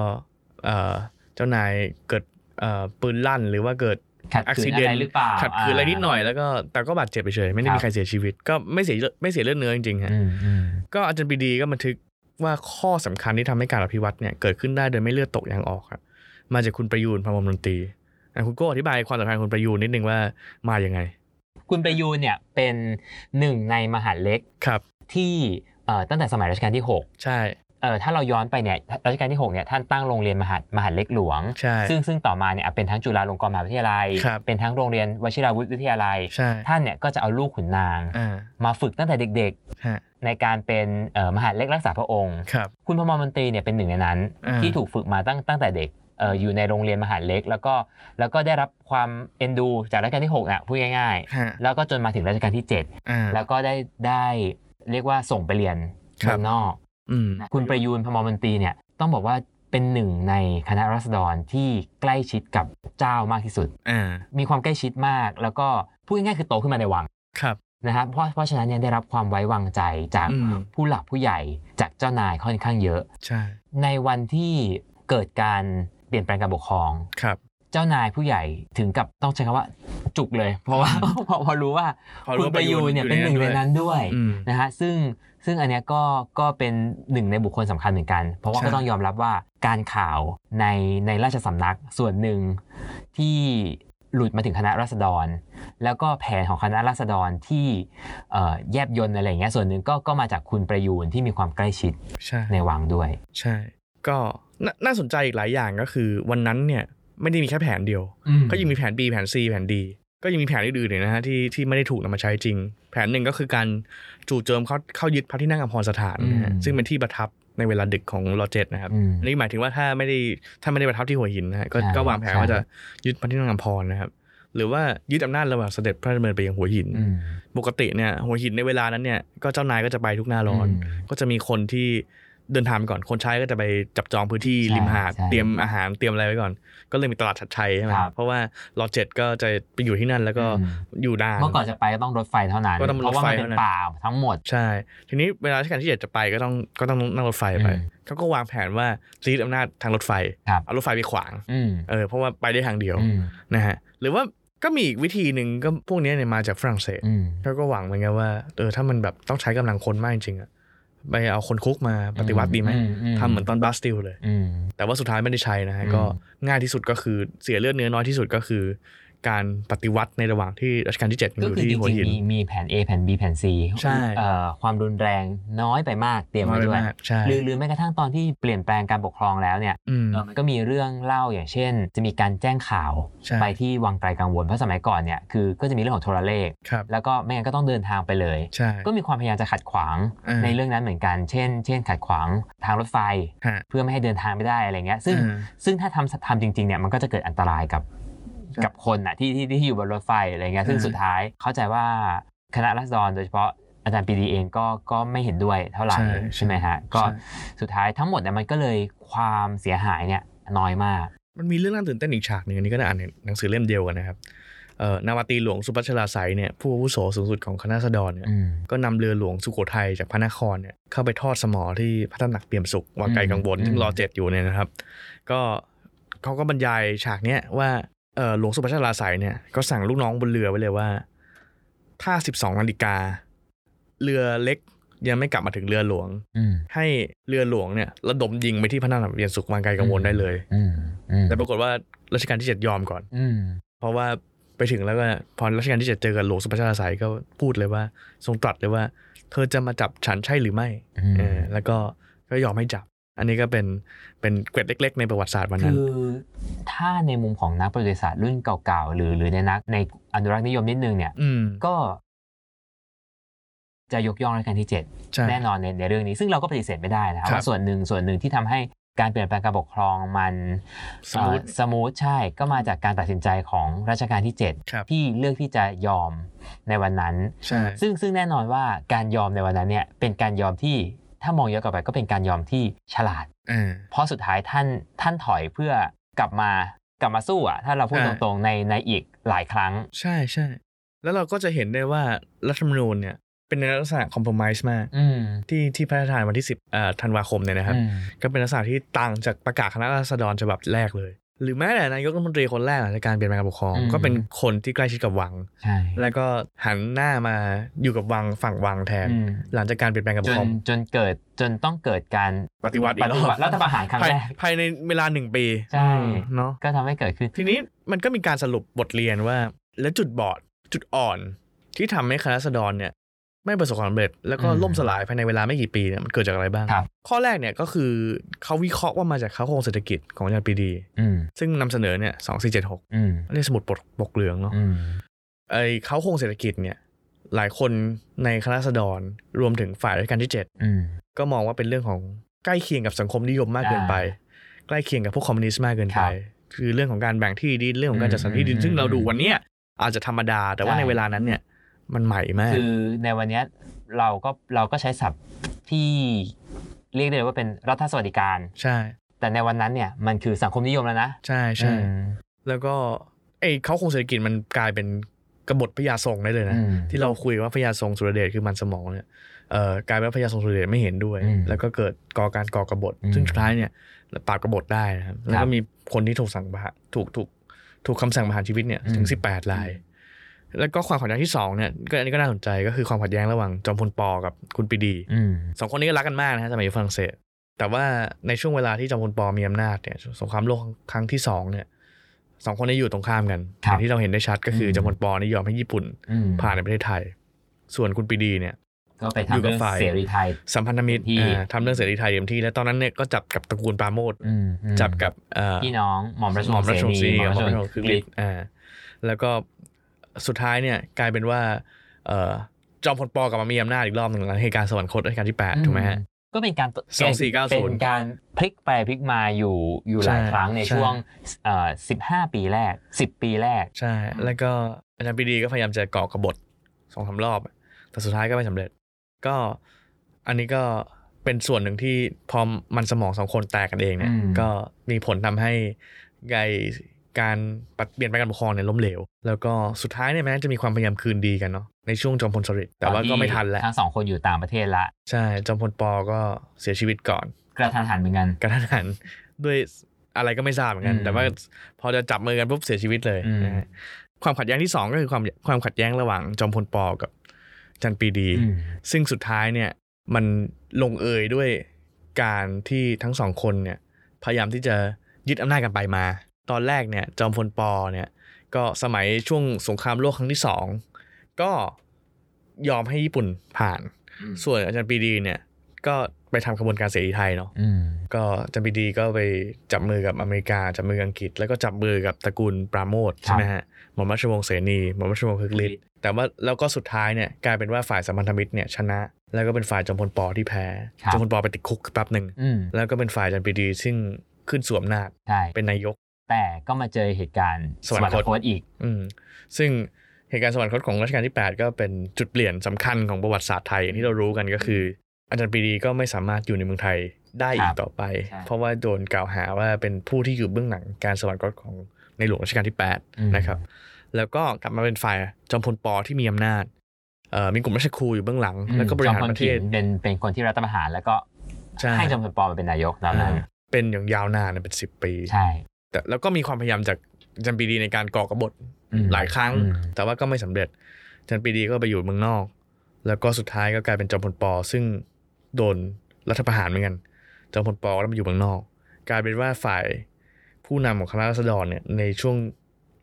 [SPEAKER 2] เอ่อเจ้านายเกิดเอ่อปืนลั่น หรือว่าเกิด
[SPEAKER 3] ขัดขืน
[SPEAKER 2] accident
[SPEAKER 3] อะไรหรือเปล่า
[SPEAKER 2] ขัดขืนอะไรนิดหน่อยแล้วก็แต่ก็บาดเจ็บเฉยๆไม่ได้มีใครเสียชีวิต ก็ไม่เสียไม่เสียเลือดเนื้อจริงๆฮะ
[SPEAKER 3] อืมอืม
[SPEAKER 2] ก็อาจารย์ปรีดีก็บันทึกว่าข้อสำคัญที่ทำให้การอภิวัตเนี่ยเกิดขึ้นได้โดยไม่เลือดตกยางออกครับมาจากคุณประยูนพรหมนนตรีอ่ะคุณโก้อธิบายความสำคัญของคุณประยูนนิดนึงว่ามาอย่างไง
[SPEAKER 3] คุณประยูนเนี่ยเป็นหนึ่งในมหาดเล็ก
[SPEAKER 2] ครับ
[SPEAKER 3] ที่เอ่อตั้งแต่สมัยรัชกาลที่หก
[SPEAKER 2] ใช่
[SPEAKER 3] เอ่อถ้าเราย้อนไปเนี่ยรัชกาลที่หกเนี่ยท่านตั้งโรงเรียนมหาดมหาดเล็กหลวง
[SPEAKER 2] ใช่
[SPEAKER 3] ซึ่งซึ่งต่อมาเนี่ยเป็นทั้งจุฬาลงกรณ์มหาวิทยาลัย
[SPEAKER 2] ครับ
[SPEAKER 3] เป็นทั้งโรงเรียนวชิราวุธวิทยาลัย
[SPEAKER 2] ใช่
[SPEAKER 3] ท่านเนี่ยก็จะเอาลูกขุนนาง
[SPEAKER 2] อ่า
[SPEAKER 3] มาฝึกตั้งแต่เด็ก
[SPEAKER 2] ฮะ
[SPEAKER 3] ๆ ในการเป็นเอ่อมหาดเล็กรักษาพระองค์
[SPEAKER 2] ครับ
[SPEAKER 3] คุณพมรมนตรีเนี่ยเป็นหนึ่งในนั้น
[SPEAKER 2] อ่า
[SPEAKER 3] ที่ถูกฝึกมาตั้งตั้งแต่เด็กเอ่ออยู่ในโรงเรียนมหาดเล็ก แล้วก็แล้วก็ได้รับความเอ็นดูจากรัชกาลที่6น่ะพูดง่าย
[SPEAKER 2] ฮะ
[SPEAKER 3] ๆ แล้วก็จนมาถึงรัชกาลที่
[SPEAKER 2] อ่า
[SPEAKER 3] 7 แล้วก็ได้ได้เรียกว่าส่งไปเรียน
[SPEAKER 2] ครับ
[SPEAKER 3] เมืองนอก
[SPEAKER 2] อืม
[SPEAKER 3] นะคุณประยูนพมรมนตรีเนี่ยต้องบอกว่าเป็นหนึ่งในคณะรัษฎรที่ใกล้ชิดกับเจ้ามากที่สุด
[SPEAKER 2] อ่า
[SPEAKER 3] มีความใกล้ชิดมาก แล้วก็พูดง่ายๆคือโตขึ้นมาในวัง
[SPEAKER 2] ครับ
[SPEAKER 3] นะครับเพราะเพราะฉะนั้นเนี่ยได้รับความไว้วางใจจาก
[SPEAKER 2] อืม
[SPEAKER 3] ผู้หลักผู้ใหญ่จากเจ้านายค่อนข้างเยอะ
[SPEAKER 2] ใช่
[SPEAKER 3] ในวันที่เกิดการเปลี่ยนแปลงการปกครอง
[SPEAKER 2] ครับ
[SPEAKER 3] เจ้านายผู้ใหญ่ถึงกับต้องใช้คำว่าจุกเลย เพ ราะว่า เพราะเพอรู้ว่า
[SPEAKER 2] พอรู้
[SPEAKER 3] คุณ
[SPEAKER 2] ว่า
[SPEAKER 3] ประยูนเนี่ย
[SPEAKER 2] อยู่
[SPEAKER 3] เป็นหนึ่ง
[SPEAKER 2] ใน
[SPEAKER 3] ใน
[SPEAKER 2] นั้
[SPEAKER 3] นั้น น
[SPEAKER 2] ด้
[SPEAKER 3] ด้
[SPEAKER 2] ว
[SPEAKER 3] วย ย
[SPEAKER 2] อืม
[SPEAKER 3] นะฮะซึ่งซึ่งอันเนี้ยก็ก็เป็นหนึ่งในบุคคลสำคัญเหมือนกัน เพราะว่า
[SPEAKER 2] ใช่
[SPEAKER 3] ก็ต้องยอมรับว่าการข่าวในในราชสำนักส่วนหนึ่งที่หลุดมาถึงคณะราษฎร แล้วก็แผนของคณะราษฎรที่เอ่อแยบยนอะไรอย่างเงี้ยส่วนหนึ่งก็ก็มาจากคุณประยูนที่มีความใกล้ชิด
[SPEAKER 2] ใช่
[SPEAKER 3] ในวังด้วย
[SPEAKER 2] ใช่ ก็น่าน่าสนใจอีกหลายอย่างก็คือ วันนั้นเนี่ยไม่ได้มีแค่แผนเดียว ก็ยังมีแผน B แผน C แผน D ก็ยังมีแผนอื่นๆเนี่ยนะฮะที่ที่ไม่ได้ถูกนำมาใช้จริง แผนหนึ่งก็คือการจู่โจมเข้าเข้ายึดพระที่นั่งอัมพรสถานนะฮะ
[SPEAKER 3] อืม
[SPEAKER 2] ซึ่งเป็นที่ประทับในเวลาดึกของรอเจ็ดนะครับ
[SPEAKER 3] อืม
[SPEAKER 2] อันนี่หมายถึงว่าถ้าไม่ได้ถ้าไม่ได้ประทับที่หัวหินนะฮะก็
[SPEAKER 3] ใช่
[SPEAKER 2] ก็วางแผน
[SPEAKER 3] ใช่
[SPEAKER 2] ว่าจะยึดพระที่นั่งอัมพรนะครับ หรือว่ายึดอำนาจระหว่างเสด็จพระดำเนินไปยังหัวหิน
[SPEAKER 3] อืม
[SPEAKER 2] ปกติเนี่ยหัวหินในเวลานั้นเนี่ยก็เจ้านายก็จะไปทุกหน้าร้อน ก็จะมีคนที่ เดินทางไปก่อนคนใช้ก็จะไปจับจองพื้นที่
[SPEAKER 3] ใช่
[SPEAKER 2] ริมหาด
[SPEAKER 3] ใช่
[SPEAKER 2] เตรียมอาหารเตรียมอะไรไว้ก่อน ก็เลยมีตลาดชัดชัยใช่ไหม
[SPEAKER 3] ครับ
[SPEAKER 2] เพราะว่ารอเจ็ดก็จะไปอยู่ที่นั่นแล้วก็
[SPEAKER 3] อืม
[SPEAKER 2] อยู่นาน
[SPEAKER 3] เมื่อก่อนจะไปก็ต้องรถไฟเท่านั้น
[SPEAKER 2] ก็ต้อง
[SPEAKER 3] เพ
[SPEAKER 2] รถ
[SPEAKER 3] ราะว่า
[SPEAKER 2] ไฟ
[SPEAKER 3] มัน
[SPEAKER 2] เท่า
[SPEAKER 3] เป็น
[SPEAKER 2] นั้น
[SPEAKER 3] ป่าทั้งหมด
[SPEAKER 2] ใช่ ทีนี้เวลาที่การที่เจ็ดจะไปก็ต้องก็ต้องนั่งรถไฟไป
[SPEAKER 3] อืม
[SPEAKER 2] เขาก็วางแผนว่าจะยึดอำนาจทางรถไฟ
[SPEAKER 3] ครับ
[SPEAKER 2] เอารถไฟไปขวาง
[SPEAKER 3] อืม
[SPEAKER 2] เออเพราะว่าไปได้ทางเดียว
[SPEAKER 3] อืม
[SPEAKER 2] นะฮะหรือว่าก็มีอีกวิธีหนึ่งก็พวกเนี้ยเนี่ยมาจากฝรั่งเศส
[SPEAKER 3] อืม
[SPEAKER 2] เขาก็หวังเหมือนกันว่าเออถ้ามันแบบต้องใช้กำลังคนมากจริงๆอะไปเอาคนคุกมาปฏิวัติดีไหม
[SPEAKER 3] อืมอืม
[SPEAKER 2] ทำเหมือนตอนบาสติลเลย
[SPEAKER 3] อืม
[SPEAKER 2] แต่ว่าสุดท้ายไม่ได้ใช้นะฮะ
[SPEAKER 3] อืม
[SPEAKER 2] ก็ง่ายที่สุดก็คือเสียเลือดเนื้อน้อยที่สุดก็คือ การปฏิวัติในระหว่างที่รัชกาลที่7ยัง
[SPEAKER 3] ก็
[SPEAKER 2] อยู่
[SPEAKER 3] คือจ
[SPEAKER 2] ที่หัว
[SPEAKER 3] ริง
[SPEAKER 2] หิน
[SPEAKER 3] ๆมีมีแผน A แผน B แผน C
[SPEAKER 2] ใช่
[SPEAKER 3] เอ่อความรุนแรงน้อยไปมากเตรียม
[SPEAKER 2] น้อ
[SPEAKER 3] ไว้
[SPEAKER 2] ย
[SPEAKER 3] ด้วย
[SPEAKER 2] มากใช่
[SPEAKER 3] หรือหรือแม้กระทั่งตอนที่เปลี่ยนแปลงการปกครองแล้วเนี่ย
[SPEAKER 2] อืม
[SPEAKER 3] เอ่อมันก็มีเรื่องเล่าอย่างเช่น จะมีการแจ้งข่าว
[SPEAKER 2] ใช่
[SPEAKER 3] ไปที่วังไกลกังวลเพราะสมัยก่อนเนี่ยคือก็จะมีเรื่องของโทรเลข
[SPEAKER 2] ครับ
[SPEAKER 3] แล้วก็ไม่งั้นก็ต้องเดินทางไปเลย
[SPEAKER 2] ใช่
[SPEAKER 3] ก็มีความพยายามจะขัดขวาง
[SPEAKER 2] อ่า
[SPEAKER 3] ในเรื่องนั้นเหมือนกัน เช่น เช่น ขัดขวางทางรถไฟ
[SPEAKER 2] ฮะ
[SPEAKER 3] เพื่อไม่ให้เดินทางไม่ได้อะไรเงี้ย ซึ่ง
[SPEAKER 2] อ่า
[SPEAKER 3] ซึ่งถ้าทำทำจริงๆเนี่ยมันก็จะเกิดอันตรายกับ
[SPEAKER 2] ใช่
[SPEAKER 3] กับคนน่ะที่ที่ที่อยู่บนรถไฟอะไรเงี้ย ซึ่ง
[SPEAKER 2] อ่า
[SPEAKER 3] สุดท้ายเข้าใจว่าคณะรัษฎรโดยเฉพาะอาจารย์ปรีดีเองก็ก็ไม่เห็นด้วยเท่าไหร่ใช่ไหมฮะ ก็
[SPEAKER 2] ใช่
[SPEAKER 3] สุดท้ายทั้งหมดเนี่ยมันก็เลยความเสียหายเนี่ยน้อยมาก
[SPEAKER 2] มันมีเรื่องน่าตื่นเต้นอีกฉากหนึ่งอันนี้ก็ได้อ่านในหนังสือเล่มเดียวกันนะครับเอ่อนาวาตรีหลวงสุพัชราไสยเนี่ยผู้อาวุโสสูงสุดของคณะสดรเนี่ย
[SPEAKER 3] อืม
[SPEAKER 2] ก็นำเรือหลวงสุโขทัยจากพระนครเนี่ยเข้าไปทอดสมอที่พระตำหนักเปี่ยมสุขวังไกลกังวล
[SPEAKER 3] อืม
[SPEAKER 2] ซึ่งรอเจ็ดอยู่เนี่ยนะครับ ก็เขาก็บรรยายฉากเนี้ยว่าเอ่อหลวงสุพัชราไสยเนี่ยก็สั่งลูกน้องบนเรือไว้เลยว่า ถ้า 12นาฬิกา เรือเล็กยังไม่กลับมาถึงเรือหลวง
[SPEAKER 3] อืม
[SPEAKER 2] ให้เรือหลวงเนี่ยระดมยิงไปที่พระตำหนักเปี่ยมสุขวังไกลกังวลได้เลย
[SPEAKER 3] อืมอืม
[SPEAKER 2] แต่ปรากฏว่ารัชกาลที่เจ็ดยอมก่อน
[SPEAKER 3] อืม
[SPEAKER 2] เพราะว่าไปถึงแล้วก็พอรัชกาลที่เจ็ดเจอกับหลวงสุพัชราไสยก็พูดเลยว่า ทรงตรัสเลยว่า เธอจะมาจับฉันใช่หรือไม่
[SPEAKER 3] อืม
[SPEAKER 2] เออแล้วก็ก็ยอมให้จับ อันนี้ก็เป็นเป็นเกร็ดเล็ก ๆ ในประวัติศาสตร์วันนั้
[SPEAKER 3] คื
[SPEAKER 2] น
[SPEAKER 3] อถ้าในมุมของนักประวัติศาสตร์รุ่นเก่าๆ หรือหรือในนักในอนุรักษ์นิยมนิดนึงเนี่ย
[SPEAKER 2] อืม
[SPEAKER 3] ก็ จะยกย่องรัชกาลที่ 7
[SPEAKER 2] ใช่
[SPEAKER 3] แน่นอนในในเรื่องนี้ซึ่งเราก็ปฏิเสธไม่ได้นะครับ
[SPEAKER 2] ครับ
[SPEAKER 3] ว่าส่วนหนึ่งส่วนหนึ่งที่ทำให้การเปลี่ยนแปลงการปกครองมัน
[SPEAKER 2] สมูท
[SPEAKER 3] เอ่อสมูทใช่ก็มาจากการตัดสินใจของรัชกาลที่
[SPEAKER 2] ครับ
[SPEAKER 3] 7 ที่เลือกที่จะยอมในวันนั้น
[SPEAKER 2] ใช่
[SPEAKER 3] ซึ่งซึ่งแน่นอนว่าการยอมในวันนั้นเนี่ยเป็นการยอมที่ถ้ามองย้อนกลับไปก็เป็นการยอมที่ฉลาด
[SPEAKER 2] อ่า
[SPEAKER 3] เพราะสุดท้ายท่านท่านถอยเพื่อกลับมากลับมาสู้อ่ะ ถ้าเราพูดต
[SPEAKER 2] อ่า
[SPEAKER 3] รงๆในในอีกหลายครั้ง
[SPEAKER 2] ใช่ใช่ แล้วเราก็จะเห็นได้ว่ารัฐธรรมนูญเนี่ยเป็นในลักษณะคอมเพลมไพร์มาก
[SPEAKER 3] อืม
[SPEAKER 2] ที่ที่พระราชทานวันที่ 10เอ่อธันวาคมเนี่ยนะครับ
[SPEAKER 3] อืม
[SPEAKER 2] ก็เป็นลักษณะที่ต่างจากประกาศคณะราษฎรฉบับแรกเลย หรือแม้แต่นายกรัฐมนตรีคนแรกหลังจากการเปลี่ยนแปลงการปกครอง ก็เป็นคนที่ใกล้ชิดกับวัง
[SPEAKER 3] ใช่
[SPEAKER 2] แล้วก็หันหน้ามาอยู่กับวังฝั่งวังแทน
[SPEAKER 3] อืม
[SPEAKER 2] หลังจากการเปลี่ยนแปลงการป
[SPEAKER 3] จ
[SPEAKER 2] ก
[SPEAKER 3] น
[SPEAKER 2] ครอง
[SPEAKER 3] จนเกิดจนต้องเกิดการ
[SPEAKER 2] ปฏิวัติอี
[SPEAKER 3] ป
[SPEAKER 2] กร
[SPEAKER 3] ฏิ
[SPEAKER 2] อบ
[SPEAKER 3] วัติรัฐประหารครั้ง
[SPEAKER 2] ภาย
[SPEAKER 3] แรก
[SPEAKER 2] ภายในเวลาหนึ่งปี
[SPEAKER 3] ใช่
[SPEAKER 2] เนาะ
[SPEAKER 3] ก็ทำให้เกิดขึ้น
[SPEAKER 2] ทีนี้มันก็มีการสรุปบทเรียนว่า และจุดบอดจุดอ่อนที่ทำให้คณะราษฎรเนี่ย ไม่ประสบความสำเร็จแล้วก็
[SPEAKER 3] อืม
[SPEAKER 2] ล่มสลายภายในเวลาไม่กี่ปีเนี่ยมันเกิดจากอะไรบ้าง
[SPEAKER 3] ครับ
[SPEAKER 2] ข้อแรกเนี่ยก็คือเขาวิเคราะห์ว่ามาจากเขาโครงเศรษฐกิจของอาจารย์ปรีดี
[SPEAKER 3] อืม
[SPEAKER 2] ซึ่งนำเสนอเนี่ยสองสี่เจ็ดหก
[SPEAKER 3] อืม
[SPEAKER 2] เรียกสมุดปกปกเหลืองเนาะ
[SPEAKER 3] อืม
[SPEAKER 2] ไอเขาโครงเศรษฐกิจเนี่ยหลายคนในคณะราษฎรรวมถึงฝ่ายรัชกาลที่
[SPEAKER 3] อืม
[SPEAKER 2] 7 ก็มองว่าเป็นเรื่องของใกล้เคียงกับสังคมนิยมมากเกินไป ใกล้เคียงกับพวกคอมมิวนิสต์มากเกินไป คือเรื่องของการแบ่งที่ดินเรื่องของการจัดสรรที่ดิน
[SPEAKER 3] อืม
[SPEAKER 2] ซึ่งเราดูวันเนี้ยอาจจะธรรมดาแต่ว่า
[SPEAKER 3] ใช่
[SPEAKER 2] ในเวลานั้นเนี่ยมันใหม่มาก
[SPEAKER 3] คือในวันเนี้ยเราก็เราก็ใช้ศัพท์ที่เรียกได้เลยว่าเป็นรัฐสวัสดิการ
[SPEAKER 2] ใช่
[SPEAKER 3] แต่ในวันนั้นเนี่ยมันคือสังคมนิยมแล้วนะ
[SPEAKER 2] ใช่ใช่ แล้วก็ไอ้เขาโครงเศรษฐกิจมันกลายเป็นกบฏพญาทรงได้เลยนะ
[SPEAKER 3] อืม
[SPEAKER 2] ที่เราคุยว่าพญาทรงสุรเดชคือมันสมองเนี่ยเอ่อกลายเป็นว่าพญาทรงสุรเดชไม่เห็นด้วย
[SPEAKER 3] อืม
[SPEAKER 2] แล้วก็เกิดก่อการก่อกบฏ
[SPEAKER 3] อืม
[SPEAKER 2] ซึ่งสุดท้ายเนี่ยปราบกบฏได้นะครับแล้ว
[SPEAKER 3] ครั
[SPEAKER 2] ก็
[SPEAKER 3] บ
[SPEAKER 2] มีคนที่ถูกสั่งประหารถูกถูกถูกคำสั่งประหารชีวิตเนี่ยถึง
[SPEAKER 3] อืม
[SPEAKER 2] 18ราย แล้วก็ความขัดแย้งที่สองเนี่ยก็อันนี้ก็น่าสนใจก็คือความขัดแย้งระหว่างจอมพลปอกับคุณปรีดี
[SPEAKER 3] อืม
[SPEAKER 2] สองคนนี้ก็รักกันมากนะฮะสมัยอยู่ฝรั่งเศส แต่ว่าในช่วงเวลาที่จอมพลปอมีอำนาจเนี่ยสงครามโลกครั้งที่สองเนี่ยสองคนนี้อยู่ตรงข้ามกันอย่างที่เราเห็นได้ชัดก็คือจอมพลปอนี่ยอมให้ญี่ปุ่น
[SPEAKER 3] อืม
[SPEAKER 2] ผ่านในประเทศไทย ส่วนคุณปรีดีเนี่ย
[SPEAKER 3] ก็ไป
[SPEAKER 2] อยู่
[SPEAKER 3] ทำ
[SPEAKER 2] กับ
[SPEAKER 3] เรื่อง
[SPEAKER 2] ฝ่าย
[SPEAKER 3] เสรีไทย
[SPEAKER 2] สัมพันธมิตร
[SPEAKER 3] ที่
[SPEAKER 2] อ่าทำเรื่องเสรีไทยเต็มที่ และตอนนั้นเนี่ยก็จับกับตระกูลปราโมด
[SPEAKER 3] อืมอืม
[SPEAKER 2] จับกับเอ่อ
[SPEAKER 3] พี่น้องหม่อมราช
[SPEAKER 2] หม่อมราชวงศ์ศรี
[SPEAKER 3] หม่อม
[SPEAKER 2] กับหม่อมรา
[SPEAKER 3] ราช
[SPEAKER 2] ช
[SPEAKER 3] ว
[SPEAKER 2] ว
[SPEAKER 3] ง
[SPEAKER 2] ง
[SPEAKER 3] ศ์
[SPEAKER 2] ศ์
[SPEAKER 3] ก
[SPEAKER 2] คื
[SPEAKER 3] รี
[SPEAKER 2] อกฤษอ่าแล้วก็สุดท้ายเนี่ยกลายเป็นว่าเอ่อจอมพลปกลับมามีอำนาจอีกรอบหนึ่งหลังเหตุการณ์สวรรคตรัชกาลที่ 8 ถูกไหมฮะ
[SPEAKER 3] ก็เป็นการ
[SPEAKER 2] สองสี่เก้าศูนย์
[SPEAKER 3] เป็นการพลิกไปพลิกมาอยู่อยู่หลาย
[SPEAKER 2] ใช่
[SPEAKER 3] ครั้งใน
[SPEAKER 2] ใช่
[SPEAKER 3] ช่วงเอ่อสิบห้าปีแรกสิบปีแรก
[SPEAKER 2] ใช่ แล้วก็อาจารย์ปรีดีก็พยายามจะก่อกบฏสองสามรอบ แต่สุดท้ายก็ไม่สำเร็จ ก็อันนี้ก็ เป็นส่วนหนึ่งที่พอมันสมองสองคนแตกกันเองเนี่ย
[SPEAKER 3] อืม
[SPEAKER 2] ก็มีผลทำให้ไงการปรับเปลี่ยนแปลงการปกครองเนี่ยล้มเหลว แล้วก็สุดท้ายเนี่ยแม้จะมีความพยายามคืนดีกันเนาะในช่วงจอมพลสฤษดิ์แต่ว่า
[SPEAKER 3] อ
[SPEAKER 2] ก็ไม่ทันแล้ว
[SPEAKER 3] ทั้งสองคนอยู่ต่างประเทศละ
[SPEAKER 2] ใช่จอมพลปอก็เสียชีวิตก่อน
[SPEAKER 3] กระทันหันเหมือนกัน
[SPEAKER 2] กระทันหันด้วยอะไรก็ไม่ทราบเหมือนกัน
[SPEAKER 3] อืม
[SPEAKER 2] แต่ว่าพอจะจับมือกันปุ๊บเสียชีวิตเลย
[SPEAKER 3] อืม
[SPEAKER 2] นะฮะความขัดแย้งที่สองก็คือความความขัดแย้งระหว่างจอมพลปอกับจันทร์ปรีดี
[SPEAKER 3] อืม
[SPEAKER 2] ซึ่งสุดท้ายเนี่ยมันลงเอยด้วยการที่ทั้งสองคนเนี่ยพยายามที่จะยึดอำนาจกันไปมา ตอนแรกเนี่ยจอมพลปอเนี่ยก็สมัยช่วงสงครามโลกครั้งที่สองก็ยอมให้ญี่ปุ่นผ่าน
[SPEAKER 3] อืม
[SPEAKER 2] ส่วนอาจารย์ปรีดีเนี่ยก็ไปทำขบวนการเสรีไทยเนาะ
[SPEAKER 3] อืม
[SPEAKER 2] ก็จำปีดีก็ไปจับมือกับอเมริกา จับมือกับอังกฤษ แล้วก็จับมือกับตระกูลปราโมท
[SPEAKER 3] ครับ
[SPEAKER 2] ใช่ไหมฮะหม่อมราชวงศ์เสนีหม่อมราชวงศ์คึกฤทธิ์แต่ว่าแล้วก็สุดท้ายเนี่ยกลายเป็นว่าฝ่ายสัมพันธมิตรเนี่ยชนะ แล้วก็เป็นฝ่ายจอมพลปอที่แพ้
[SPEAKER 3] ครับ
[SPEAKER 2] จอมพลปอไปติดคุกแป๊บหนึ่ง
[SPEAKER 3] อืม
[SPEAKER 2] แล้วก็เป็นฝ่ายจันปีดี ซึ่งขึ้นสวมนาจ
[SPEAKER 3] ใช่
[SPEAKER 2] เป็นนายก
[SPEAKER 3] แต่ก็มาเจอเหตุการณ์
[SPEAKER 2] สวรรคต
[SPEAKER 3] คตอีก
[SPEAKER 2] อืมซึ่งเหตุการณ์สวรรคตของรัชกาลที่ 8 ก็เป็นจุดเปลี่ยนสำคัญของประวัติศาสตร์ไทยอย่างที่เรารู้กันก็คือ อาจารย์ปรีดีก็ไม่สามารถอยู่ในเมืองไทยได้อี
[SPEAKER 3] ค
[SPEAKER 2] ก
[SPEAKER 3] รับ
[SPEAKER 2] ต่อไป
[SPEAKER 3] ใช่
[SPEAKER 2] เพราะว่าโดนกล่าวหาว่าเป็นผู้ที่อยู่เบื้องหลังการสวรรคตของในหลวงรัชกาลที่
[SPEAKER 3] อืม
[SPEAKER 2] 8นะครับแล้วก็กลับมาเป็นฝ่ายจอมพลปอที่มีอำนาจเอ่อมีกลุ่มราชครูอยู่เบื้องหลัง แล้วก็บริหาร
[SPEAKER 3] จอมพล
[SPEAKER 2] ประเทศ
[SPEAKER 3] ขินเป็นเป็นคนที่รัฐประหารแล้วก็
[SPEAKER 2] ใช่
[SPEAKER 3] ให้จอมพลปอมาเป็นนายกตอนนั้น
[SPEAKER 2] อ่าเป็นอย่างยาวนานนะเป็นสิบปี
[SPEAKER 3] ใช่
[SPEAKER 2] แต่แล้วก็มีความพยายามจากอาจารย์ปรีดีในการก่อกบฏ
[SPEAKER 3] อืม
[SPEAKER 2] หลายครั้ง
[SPEAKER 3] อืม
[SPEAKER 2] แต่ว่าก็ไม่สำเร็จจันปรีดีก็ไปอยู่เมืองนอก แล้วก็สุดท้ายก็กลายเป็นจอมพลปอซึ่งโดนรัฐประหารเหมือนกัน จอมพลปอก็ไปอยู่เมืองนอก กลายเป็นว่าฝ่ายผู้นำของคณะราษฎรเนี่ยในช่วง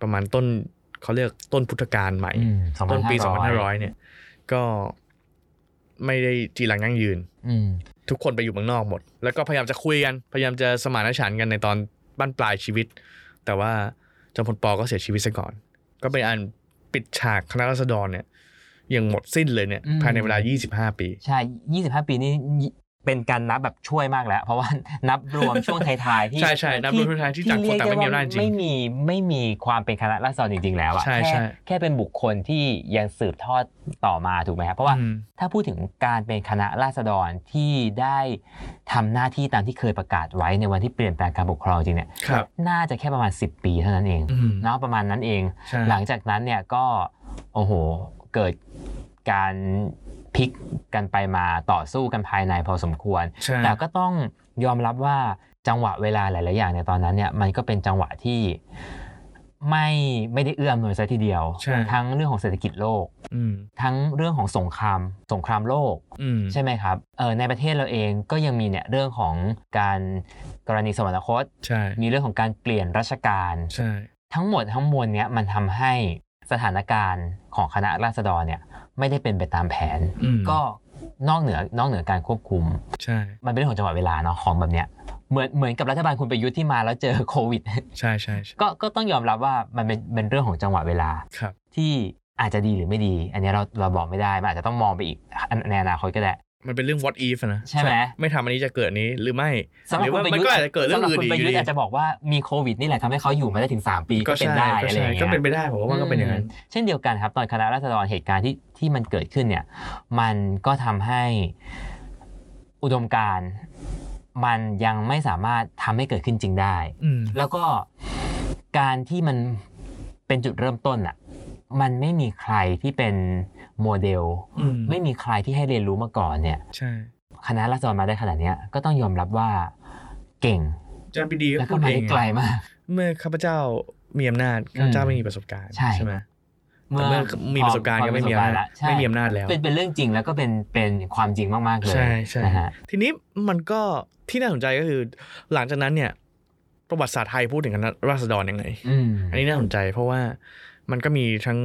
[SPEAKER 2] ประมาณต้นเขาเรียกต้นพุทธกาลใหม่
[SPEAKER 3] อืม
[SPEAKER 2] ต้นปี
[SPEAKER 3] 2500
[SPEAKER 2] 2500 เนี่ย ก็ไม่ได้จีรังยั่งยืน
[SPEAKER 3] อืม
[SPEAKER 2] ทุกคนไปอยู่เมืองนอกหมด แล้วก็พยายามจะคุยกัน พยายามจะสมานฉันท์กันในตอนบั้นปลายชีวิต แต่ว่าจอมพลปอก็เสียชีวิตซะก่อน ก็เป็นอันปิดฉากคณะรัษฎรเนี่ยอยังหมดสิ้นเลยเนี่ย
[SPEAKER 3] อืม
[SPEAKER 2] ภายในเวลา 25 ปี
[SPEAKER 3] ใช่ยี่สิบห้าปีนี่เป็นการนับแบบช่วยมากแล้ว เพราะว่า นับรวมช่วงท้ายๆที่
[SPEAKER 2] ใช่ใช่นับรวมช่วงท้ายๆที่จากคนต่างไม่มีอำนาจจริง
[SPEAKER 3] ไม่มีไม่มีความเป็นคณะราษฎรจริง ๆ แล้วอะ
[SPEAKER 2] ใช่
[SPEAKER 3] แค่
[SPEAKER 2] ใช่
[SPEAKER 3] แค่เป็นบุคคลที่ยังสืบทอดต่อมาถูกไหมครับเพราะว่า
[SPEAKER 2] อืม
[SPEAKER 3] ถ้าพูดถึงการเป็นคณะราษฎรที่ได้ทำหน้าที่ตามที่เคยประกาศไว้ในวันที่เปลี่ยนแปลงการปกครองจริงเนี่ย
[SPEAKER 2] ครับ
[SPEAKER 3] น่าจะแค่ประมาณ 10 ปีเท่านั้นเอง
[SPEAKER 2] อืม
[SPEAKER 3] เนาะประมาณนั้นเอง
[SPEAKER 2] ใช่
[SPEAKER 3] หลังจากนั้นเนี่ยก็โอ้โหเกิดการพลิกกันไปมาต่อสู้กันภายในพอสมควร
[SPEAKER 2] ใช่
[SPEAKER 3] แต่ก็ต้องยอมรับว่าจังหวะเวลาหลาย ๆ อย่างในตอนนั้นเนี่ยมันก็เป็นจังหวะที่ไม่ไม่ได้เอื้ออำนวยซะทีเดียว
[SPEAKER 2] ใช่
[SPEAKER 3] ทั้งเรื่องของเศรษฐกิจโลก
[SPEAKER 2] อืม
[SPEAKER 3] ทั้งเรื่องของสงครามสงครามโลก
[SPEAKER 2] อืม
[SPEAKER 3] ใช่ไหมครับเออในประเทศเราเองก็ยังมีเนี่ยเรื่องของการกรณีสวรรคต
[SPEAKER 2] ใช่
[SPEAKER 3] มีเรื่องของการเปลี่ยนราชการ
[SPEAKER 2] ใช่
[SPEAKER 3] ทั้งหมดทั้งมวลเนี่ยมันทำให้สถานการณ์ของคณะราษฎรเนี่ยไม่ได้เป็นไปตามแผน
[SPEAKER 2] อืม
[SPEAKER 3] ก็นอกเหนือนอกเหนือการควบคุม
[SPEAKER 2] ใช่
[SPEAKER 3] มันเป็นเรื่องของจังหวะเวลาเนาะของแบบเนี้ยเหมือนเหมือนกับรัฐบาลคุณประยุทธ์ที่มาแล้วเจอโควิด
[SPEAKER 2] ใช่ใช่ใช่
[SPEAKER 3] ก็ก็ต้องยอมรับว่ามันเป็นเป็นเรื่องของจังหวะเวลา
[SPEAKER 2] ครับ
[SPEAKER 3] ที่อาจจะดีหรือไม่ดี อันเนี้ยเราเราบอกไม่ได้มันอาจจะต้องมองไปอีกอันในอนาคตก็ได้
[SPEAKER 2] มันเป็นเรื่อง what if อะนะ
[SPEAKER 3] ใช่ไหม
[SPEAKER 2] ไม่ทำอันนี้จะเกิดอันนี้หรือไม่
[SPEAKER 3] สำห
[SPEAKER 2] ห
[SPEAKER 3] รับ
[SPEAKER 2] รือ
[SPEAKER 3] คุ
[SPEAKER 2] ว่า
[SPEAKER 3] ณประ
[SPEAKER 2] มัน
[SPEAKER 3] ยุท
[SPEAKER 2] ก็
[SPEAKER 3] ธ์
[SPEAKER 2] อาจจะเกิดเรื่องอื่น
[SPEAKER 3] สำหบคุณ
[SPEAKER 2] อี
[SPEAKER 3] ป
[SPEAKER 2] ก
[SPEAKER 3] ระ
[SPEAKER 2] อยู่ดี
[SPEAKER 3] ยุทธ์อาจจะบอกว่ามีโควิดนี่แหละทำให้เขาอยู่มาได้ถึง 3 ปีก็เป็นได้
[SPEAKER 2] ก็
[SPEAKER 3] อะไรอ
[SPEAKER 2] ใช่
[SPEAKER 3] ย่างเงี้
[SPEAKER 2] ก็
[SPEAKER 3] ย
[SPEAKER 2] เป็นไปได้ผมว่ามันก็เป็นอย่างนั้น
[SPEAKER 3] อืมเช่นเดียวกันครับ ตอนคณะราษฎรเหตุการณ์ที่ที่มันเกิดขึ้นเนี่ย มันก็ทำให้อุดมการณ์มันยังไม่สามารถทำให้เกิดขึ้นจริงได้
[SPEAKER 2] อืม
[SPEAKER 3] แล้วก็การที่มันเป็นจุดเริ่มต้นอ่ะมันไม่มีใครที่เป็นโมเดล
[SPEAKER 2] อืม
[SPEAKER 3] ไม่มีใครที่ให้เรียนรู้มาก่อนเนี่ย
[SPEAKER 2] ใช่
[SPEAKER 3] คณะราษฎรมาได้ขนาดเนี้ยก็ต้องยอมรับว่าเก่ง
[SPEAKER 2] อาจารย์ปรีดีก็
[SPEAKER 3] แล้ว
[SPEAKER 2] พู
[SPEAKER 3] ก็
[SPEAKER 2] ด
[SPEAKER 3] มา
[SPEAKER 2] เอ
[SPEAKER 3] ได้
[SPEAKER 2] ง
[SPEAKER 3] ไกล
[SPEAKER 2] อะ
[SPEAKER 3] มาก
[SPEAKER 2] เมื่อข้าพเจ้ามีอำนาจข้าพเจ้า
[SPEAKER 3] อืม
[SPEAKER 2] ไม่มีประสบการณ์
[SPEAKER 3] ใช่
[SPEAKER 2] ไหมแต่เมื่อมีประสบการณ์ก็ไม่มีอำนาจ
[SPEAKER 3] แล้วใช่
[SPEAKER 2] ไม่มีอำนาจแล้ว
[SPEAKER 3] เป็นเป็นเรื่องจริงแล้วก็เป็นเป็นความจริงมาก ๆ เลย
[SPEAKER 2] ใช่ใช่
[SPEAKER 3] นะฮะ
[SPEAKER 2] ทีนี้มันก็ที่น่าสนใจก็คือ หลังจากนั้นเนี่ย ประวัติศาสตร์ไทยพูดถึงคณะราษฎรยังไง
[SPEAKER 3] อืม
[SPEAKER 2] อันนี้น่าสนใจเพราะว่ามันก็มีทั้ง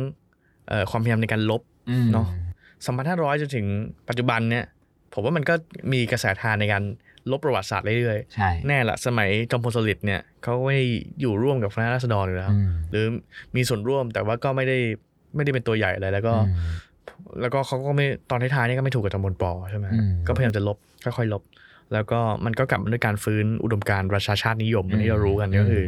[SPEAKER 2] เอ่อความพยายามในการลบ
[SPEAKER 3] อืม
[SPEAKER 2] เนอะ 2,500จนถึงปัจจุบันเนี่ย ผมว่ามันก็มีกระแสทานในการลบประวัติศาสตร์เรื่อยๆ
[SPEAKER 3] ใช่
[SPEAKER 2] แน่ละสมัยจอมพลสฤษดิ์เนี่ยเขาก็ไม่ได้อยู่ร่วมกับคณะราษฎรอยู่แล้ว
[SPEAKER 3] อืม
[SPEAKER 2] หรือมีส่วนร่วมแต่ว่าก็ไม่ได้ไม่ได้เป็นตัวใหญ่อะไรแล้วก็
[SPEAKER 3] อืม
[SPEAKER 2] แล้วก็เขาก็ไม่ตอนท้ายๆเนี่ยก็ไม่ถูกกับจอมพลปอใช่ไหม
[SPEAKER 3] อืม
[SPEAKER 2] ก็พยายามจะลบค่อยๆลบ แล้วก็มันก็กลับมาด้วยการฟื้นอุดมการณ์ประชาชาตินิยมอันนี้เรารู้กันก็คือ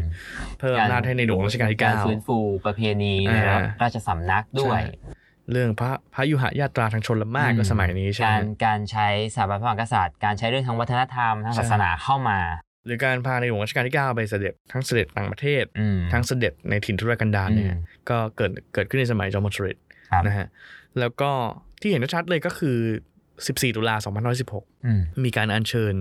[SPEAKER 2] เพิ่มอำนาจให้ในหลวงรัชกาลที่
[SPEAKER 3] กา
[SPEAKER 2] เก้า
[SPEAKER 3] รฟื้นฟูประเพณี
[SPEAKER 2] อ่า
[SPEAKER 3] นะครับราชสำนักด้วย
[SPEAKER 2] ใช่ เรื่องพระพระยุหญาตราทางชนละมากก็
[SPEAKER 3] อืม
[SPEAKER 2] สมัยนี้ใช่ไหม
[SPEAKER 3] การการใช้สถาบันพระมหากษัตริย์การใช้เรื่องทางวัฒนธรรมทาง
[SPEAKER 2] ใช่
[SPEAKER 3] ศาสนาเข้ามา
[SPEAKER 2] หรือการพาในหลวงรัชกาลที่ 9 ไปเสด็จทั้งเสด็จต่างประเทศ
[SPEAKER 3] อืม
[SPEAKER 2] ทั้งเสด็จในถิ่นทุรกันดาร
[SPEAKER 3] อื
[SPEAKER 2] เนี่ย
[SPEAKER 3] ม
[SPEAKER 2] ก็เกิดเกิดขึ้นในสมัยจอมพลสฤษดิ์
[SPEAKER 3] ครับ
[SPEAKER 2] นะฮะแล้วก็ที่เห็นชัดๆเลยก็คือ 14 ตุลา2516
[SPEAKER 3] อืม
[SPEAKER 2] มีการอัญเชิญ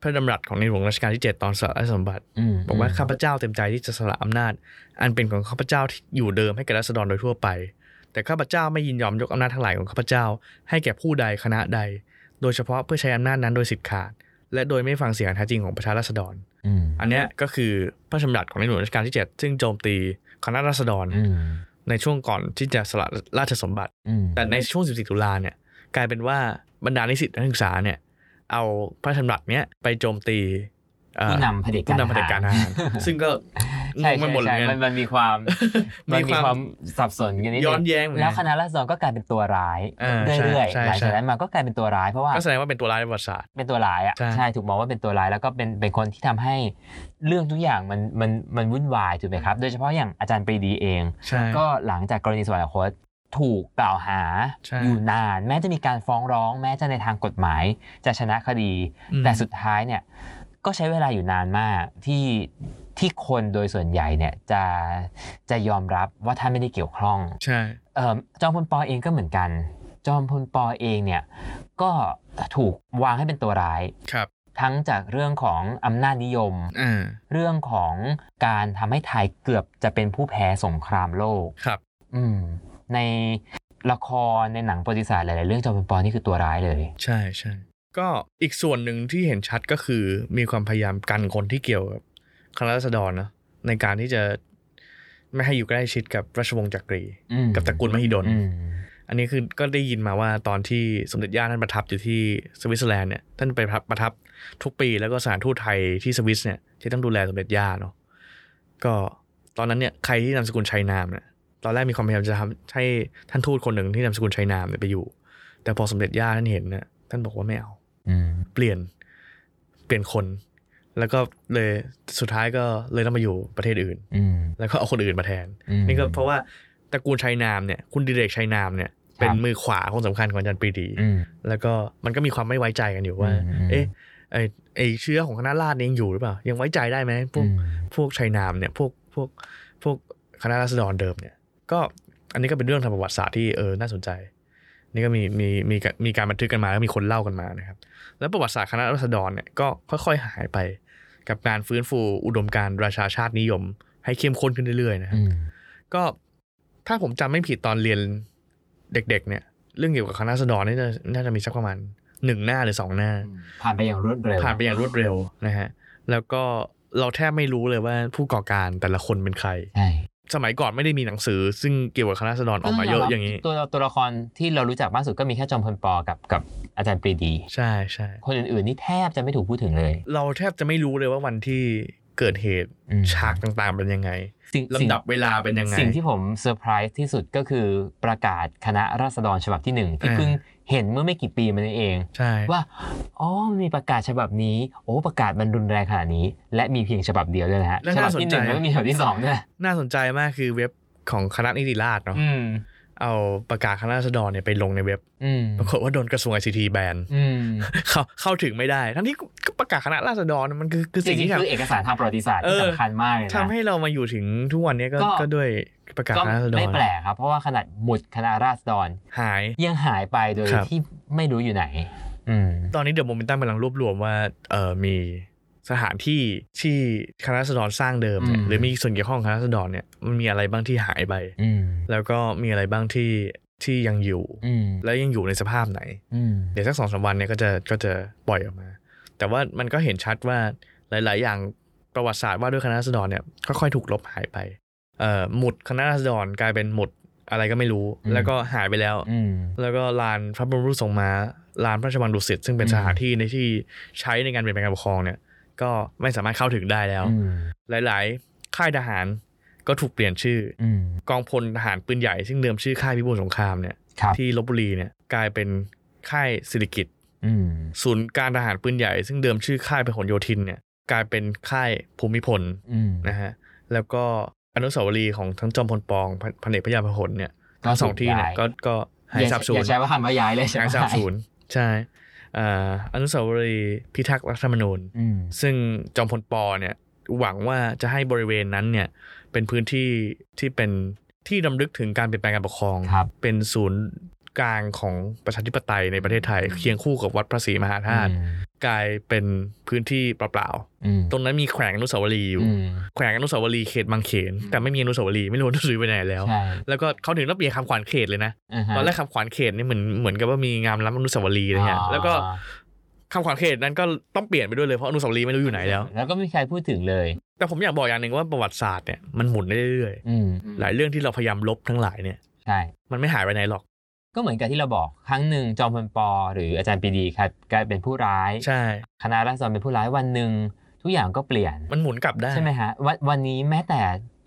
[SPEAKER 2] พระดำรัสของในหลวงรัชกาลที่ 7 ตอนสละราชสมบัติ
[SPEAKER 3] อืม
[SPEAKER 2] บอกว่าข้าพเจ้าเต็มใจที่จะสละอำนาจ อันเป็นของข้าพเจ้าที่อยู่เดิมให้แก่ราษฎรโดยทั่วไป แต่ข้าพเจ้าไม่ยินยอมยกอำนาจทั้งหลายของข้าพเจ้า ให้แก่ผู้ใดคณะใด โดยเฉพาะเพื่อใช้อำนาจนั้นโดยสิทธิ์ขาด และโดยไม่ฟังเสียงอันแท้จริงของประชาราษฎร
[SPEAKER 3] อืม
[SPEAKER 2] อันเนี้ยก็คือพระราชดำรัสของในหลวงรัชกาลที่ 7 ซึ่งโจมตีคณะราษฎร
[SPEAKER 3] อืม
[SPEAKER 2] ในช่วงก่อนที่จะสละราชสมบัติ
[SPEAKER 3] อืม
[SPEAKER 2] แต่ในช่วง 14 ตุลาเนี่ยกลายเป็นว่าบรรดานิสิตนักศึกษาเนี่ยเอาพระราชดำรัสเนี้ยไปโจมตีเอ่อ
[SPEAKER 3] ผู้นำเผด็จการ
[SPEAKER 2] ผู้นำเผด็จการทหาร ซึ่งก็ง
[SPEAKER 3] ใช่
[SPEAKER 2] งไป
[SPEAKER 3] ใช่
[SPEAKER 2] หมดเล
[SPEAKER 3] ใช่
[SPEAKER 2] ย
[SPEAKER 3] มัน
[SPEAKER 2] นะ
[SPEAKER 3] มันมีความ
[SPEAKER 2] มี
[SPEAKER 3] มันมี
[SPEAKER 2] ความ
[SPEAKER 3] ความสับสนกันนิด
[SPEAKER 2] ย้
[SPEAKER 3] นึ
[SPEAKER 2] อน
[SPEAKER 3] ง
[SPEAKER 2] แย้งเหมือน
[SPEAKER 3] แล้ว
[SPEAKER 2] กัน
[SPEAKER 3] คณะราษฎรก็กลายเป็นตัวร้าย
[SPEAKER 2] อ่าใช่
[SPEAKER 3] เรื่อย
[SPEAKER 2] ใช่
[SPEAKER 3] ๆหลัง
[SPEAKER 2] ใช่
[SPEAKER 3] จากนั้นมาก็กลายเป็นตัวร้ายเพราะว่า
[SPEAKER 2] ก็แสดงว่าเป็นตัวร้ายในประวัติศาสตร์
[SPEAKER 3] เป็นตัวร้ายอ่ะ
[SPEAKER 2] ใช่
[SPEAKER 3] ใช่ถูกมองว่าเป็นตัวร้ายแล้วก็เป็นเป็นคนที่ทำให้เรื่องทุกอย่างมันมันมันวุ่นวายถูกไหมครับ โดยเฉพาะอย่างอาจารย์ปรีดีเอง
[SPEAKER 2] ใช่
[SPEAKER 3] ก็หลังจากกรณีสวรรคตถูกกล่าวหา
[SPEAKER 2] ใช่
[SPEAKER 3] อยู่นาน แม้จะมีการฟ้องร้อง แม้จะในทางกฎหมายจะชนะคดี
[SPEAKER 2] อืม
[SPEAKER 3] แต่สุดท้ายเนี่ยก็ใช้เวลาอยู่นานมากที่ที่คนโดยส่วนใหญ่เนี่ยจะจะยอมรับว่าท่านไม่ได้เกี่ยวข้อง
[SPEAKER 2] ใช่
[SPEAKER 3] เอ่อจอมพลปอเองก็เหมือนกัน จอมพลปอเองเนี่ยก็ถูกวางให้เป็นตัวร้าย
[SPEAKER 2] ครับ
[SPEAKER 3] ทั้งจากเรื่องของอำนาจนิยม
[SPEAKER 1] Uh.
[SPEAKER 2] อ่า
[SPEAKER 3] เรื่องของการทำให้ไทยเกือบจะเป็นผู้แพ้สงครามโลก
[SPEAKER 2] ครับ
[SPEAKER 3] อืมในละครในหนังประวัติศาสตร์หลายๆเรื่องจอมพลปอนี่คือตัวร้ายเลย
[SPEAKER 2] ใช่ใช่ก็อีกส่วนหนึ่งที่เห็นชัดก็คือมีความพยายามกันคนที่เกี่ยวกับคณะรัษฎรนะในการที่จะไม่ให้อยู่ใกล้ชิดกับราชวงศ์จักรี
[SPEAKER 3] อืม
[SPEAKER 2] กับตระกูลมหิดล
[SPEAKER 3] อืม
[SPEAKER 2] อันนี้คือก็ได้ยินมาว่าตอนที่สมเด็จย่าท่านประทับอยู่ที่สวิตเซอร์แลนด์เนี่ยท่านไปประทับประทับทุกปีแล้วก็สถานทูตไทยที่สวิสเนี่ยที่ต้องดูแลสมเด็จย่าเนาะก็ตอนนั้นเนี่ยใครที่นามสกุลชัยนามเนี่ยตอนแรกมีความพยายามจะทำให้ท่านทูตคนหนึ่งที่นามสกุลชัยนามเนี่ยไปอยู่ แต่พอสมเด็จย่าท่านเห็นเนี่ยท่านบอกว่าไม่เอา
[SPEAKER 3] อืม
[SPEAKER 2] เปลี่ยนเปลี่ยนคน แล้วก็เลยสุดท้ายก็เลยต้องมาอยู่ประเทศอื่น
[SPEAKER 3] อืม
[SPEAKER 2] แล้วก็เอาคนอื่นมาแทน
[SPEAKER 3] อืม
[SPEAKER 2] นี่ก็เพราะว่าตระกูลชัยนามเนี่ยคุณดิเรกชัยนามเนี่ย
[SPEAKER 3] ครับ
[SPEAKER 2] เป็นมือขวาคนสำคัญของอาจารย์ปรีดี
[SPEAKER 3] อืม
[SPEAKER 2] แล้วก็มันก็มีความไม่ไว้ใจกันอยู่ว่า
[SPEAKER 3] อืม
[SPEAKER 2] เอ๊ะไอไอเชื้อของคณะราษฎรเนี่ยยังอยู่หรือเปล่า ยังไว้ใจได้ไหมพวก
[SPEAKER 3] อืม
[SPEAKER 2] พวกชัยนามเนี่ยพวกพวกพวกคณะราษฎรเดิมเนี่ยก็อันนี้ก็เป็นเรื่องทางประวัติศาสตร์ที่เออน่าสนใจ นี่ก็มีมีมีมีการบันทึกกันมาแล้วมีคนเล่ากันมานะครับแล้วประวัติศาสตร์คณะราษฎรเนี่ยก็ค่อยๆหายไปกับการฟื้นฟูอุดมการณ์ราชาชาตินิยม ให้เข้มข้นขึ้นเรื่อยๆนะครับ
[SPEAKER 3] อืม
[SPEAKER 2] ก็ถ้าผมจำไม่ผิดตอนเรียนเด็กๆ เนี่ย เรื่องเกี่ยวกับคณะสดรนี่จะน่าจะมีสักประมาณหนึ่งหน้าหรือสองหน้า
[SPEAKER 3] ผ่านไปอย่างรวดเร็ว
[SPEAKER 2] ผ่านไปอย่างรวดเร็วนะฮะแล้วก็เราแทบไม่รู้เลยว่าผู้ก่อการแต่ละคนเป็นใคร
[SPEAKER 3] ใช่
[SPEAKER 2] สมัยก่อนไม่ได้มีหนังสือ ซึ่งเกี่ยวกับคณะสดรออกมาเยอะอย่างนี้
[SPEAKER 3] ตัวตัวละครที่เรารู้จักมากสุดก็มีแค่จอมพลปอกับกับอาจารย์ปรีดี
[SPEAKER 2] ใช่ใช่
[SPEAKER 3] คนอื่นๆนี่แทบจะไม่ถูกพูดถึงเลย
[SPEAKER 2] เราแทบจะไม่รู้เลยว่าวันที่เกิดเหตุ
[SPEAKER 3] อืม
[SPEAKER 2] ฉากต่างๆเป็นยังไง
[SPEAKER 3] สิ่ง
[SPEAKER 2] ลำดับเวลาเป็นยังไง
[SPEAKER 3] สิ่งที่ผมเซอร์ไพรส์ที่สุดก็คือประกาศคณะราษฎรฉบับที่หนึ่งที่
[SPEAKER 2] อ่า
[SPEAKER 3] เพิ่งเห็นเมื่อไม่กี่ปีมานี้เอง
[SPEAKER 2] ใช่
[SPEAKER 3] ว่าอ๋อมีประกาศฉบับนี้ โอ้ประกาศมันรุนแรงขนาดนี้ และมีเพียงฉบับเดียวด้วยนะฮะ
[SPEAKER 2] และ
[SPEAKER 3] ฉบั
[SPEAKER 2] น่า
[SPEAKER 3] บ
[SPEAKER 2] สน
[SPEAKER 3] ที่ห
[SPEAKER 2] ใจ
[SPEAKER 3] นึ่งแล้วไม่มีฉบับที่สองด้วย
[SPEAKER 2] น่าสนใจมากคือเว็บของคณะนิติราษฎร์เนาะ
[SPEAKER 3] อืม
[SPEAKER 2] เอาประกาศคณะราษฎรเนี่ยไปลงในเว็บ
[SPEAKER 3] อืม
[SPEAKER 2] ปรากฏว่าโดนกระทรวงไอซีทีแบน
[SPEAKER 3] อืม
[SPEAKER 2] เข้าเข้าถึงไม่ได้ ทั้งที่ก็ประกาศคณะราษฎรมันคือคือ
[SPEAKER 3] จ
[SPEAKER 2] สิ่ง
[SPEAKER 3] ริง
[SPEAKER 2] ที่
[SPEAKER 3] ๆ
[SPEAKER 2] ท
[SPEAKER 3] คือเอกสารทางประวัติศาสตร์
[SPEAKER 2] เอ
[SPEAKER 3] ที่
[SPEAKER 2] อ
[SPEAKER 3] สำคัญมากเลยนะ
[SPEAKER 2] ำทำให้เรามาอยู่ถึงทุกวันนี้ก็
[SPEAKER 3] ก็
[SPEAKER 2] ก็ด้วยประกาศ
[SPEAKER 3] ก็
[SPEAKER 2] คณะราษฎร
[SPEAKER 3] ไม่แปลกครับ เพราะว่าขนาดหมุดคณะราษฎร
[SPEAKER 2] หาย
[SPEAKER 3] ยังหายไปโดย
[SPEAKER 2] ครับ
[SPEAKER 3] ที่ไม่รู้อยู่ไหน อืม
[SPEAKER 2] ตอนนี้เดอะโมเมนตัมกำลังรวบรวมว่าเออมีสถานที่ที่คณะราษฎรสร้างเดิมเนี่ย
[SPEAKER 3] อืม
[SPEAKER 2] หรือมีส่วนเกี่ยวข้องกับคณะราษฎรเนี่ยมันมีอะไรบ้างที่หายไป
[SPEAKER 3] อืม
[SPEAKER 2] แล้วก็มีอะไรบ้างที่ที่ยังอยู่
[SPEAKER 3] อืม
[SPEAKER 2] แล้วยังอยู่ในสภาพไหน
[SPEAKER 3] อืม
[SPEAKER 2] เดี๋ยวสักสองสามวันเนี่ยก็จะก็จะปล่อยออกมา แต่ว่ามันก็เห็นชัดว่าหลาย ๆ อย่างประวัติศาสตร์ว่าด้วยคณะราษฎรเนี่ยค่อย ๆ ถูกลบหายไปเอ่อหมุดคณะราษฎรกลายเป็นหมุดอะไรก็ไม่รู้ แล้วก็หายไปแล้ว
[SPEAKER 3] อืม
[SPEAKER 2] แล้วก็ลานพระบรมรูปทรงม้าลานพระราชวังดุสิตซึ่งเป็น
[SPEAKER 3] อืม
[SPEAKER 2] สถานที่ในที่ใช้ในการเปลี่ยนแปลงการปกครองเนี่ยก็ไม่สามารถเข้าถึงได้แล้ว
[SPEAKER 3] อืม
[SPEAKER 2] หลาย ๆ ค่ายทหารก็ถูกเปลี่ยนชื่อ
[SPEAKER 3] อืม
[SPEAKER 2] กองพลทหารปืนใหญ่ซึ่งเดิมชื่อค่ายพิบูลสงครามเนี่ย
[SPEAKER 3] ครับ
[SPEAKER 2] ที่ลบบุรีเนี่ยกลายเป็นค่ายสิริกิต
[SPEAKER 3] อืม
[SPEAKER 2] ศูนย์การทหารปืนใหญ่ซึ่งเดิมชื่อค่ายพหลโยธินเนี่ยกลายเป็นค่ายภูมิพล
[SPEAKER 3] อืม
[SPEAKER 2] นะฮะแล้วก็อนุสาวรีย์ของทั้งจอมพลปองพระพระเอกพระยาพหลเนี่ย ทั้งสองที่เนี่ยก็ก็หาย
[SPEAKER 3] อย่
[SPEAKER 2] สาบสูญ
[SPEAKER 3] อย่าใช้ว่าคำว่าย้ายเลยใช่ไหม
[SPEAKER 2] หายสาบสูญใช่เอ่ออนุสาวรีย์พิทักษ์รัฐธรรมนูญ
[SPEAKER 3] อืม
[SPEAKER 2] ซึ่งจอมพลปอเนี่ยหวังว่าจะให้บริเวณนั้นเนี่ยเป็นพื้นที่ที่เป็นที่ดำลึกถึงการเปลี่ยนแปลงการปกครอง
[SPEAKER 3] ครับ
[SPEAKER 2] เป็นศูนย์กลางของประชาธิปไตยในประเทศไทย เคียงคู่กับวัดพระศรีมหาธาตุ
[SPEAKER 3] อืม
[SPEAKER 2] กลายเป็นพื้นที่เปล่า
[SPEAKER 3] อืม
[SPEAKER 2] ๆตรงนั้นมีแขวงอนุสาวรีย์อยู่
[SPEAKER 3] อืม
[SPEAKER 2] แขวงอนุสาวรีย์เขตบางเขน แต่ไม่มีอนุสาวรีย์ไม่รู้อนุสาวรีย์ไปไหนแล้ว
[SPEAKER 3] ใช่
[SPEAKER 2] แล้วก็เขาถึงต้องเปลี่ยนคำขวัญเขตเลยนะ
[SPEAKER 3] าฮะ
[SPEAKER 2] ตอนแรกคำขวัญเขตเนี่ยเหมือนเหมือนกับว่ามีงามล้ำอนุสาวรีย์อะไรเงี้ย
[SPEAKER 3] อ๋อ
[SPEAKER 2] แล้วก็คำขวัญเขตนั้นก็ต้องเปลี่ยนไปด้วยเลยเพราะอนุสาวรีย์ไม่รู้อยู่ไหนแล้ว
[SPEAKER 3] แล้วก็ไม่มีใครพูดถึงเลย
[SPEAKER 2] แต่ผมอยากบอกอย่างหนึ่งว่าประวัติศาสตร์เนี่ยมันหมุนได้เรื่อย
[SPEAKER 3] อืม
[SPEAKER 2] ๆหลายเรื่องที่เราพยายามลบทั้งหลายเนี่ย
[SPEAKER 3] ใช่
[SPEAKER 2] มันไม่หายไปไหนหรอก
[SPEAKER 3] ก็เหมือนกับที่เราบอกครั้งหนึ่งจอมพลปอ หรืออาจารย์ปรีดีครับกลายเป็นผู้ร้าย
[SPEAKER 2] ใช่
[SPEAKER 3] คณะรัษฎรเป็นผู้ร้ายวันหนึ่งทุกอย่างก็เปลี่ยน
[SPEAKER 2] มันหมุนกลับได้
[SPEAKER 3] ใช่ไหมฮะวันวันนี้แม้แต่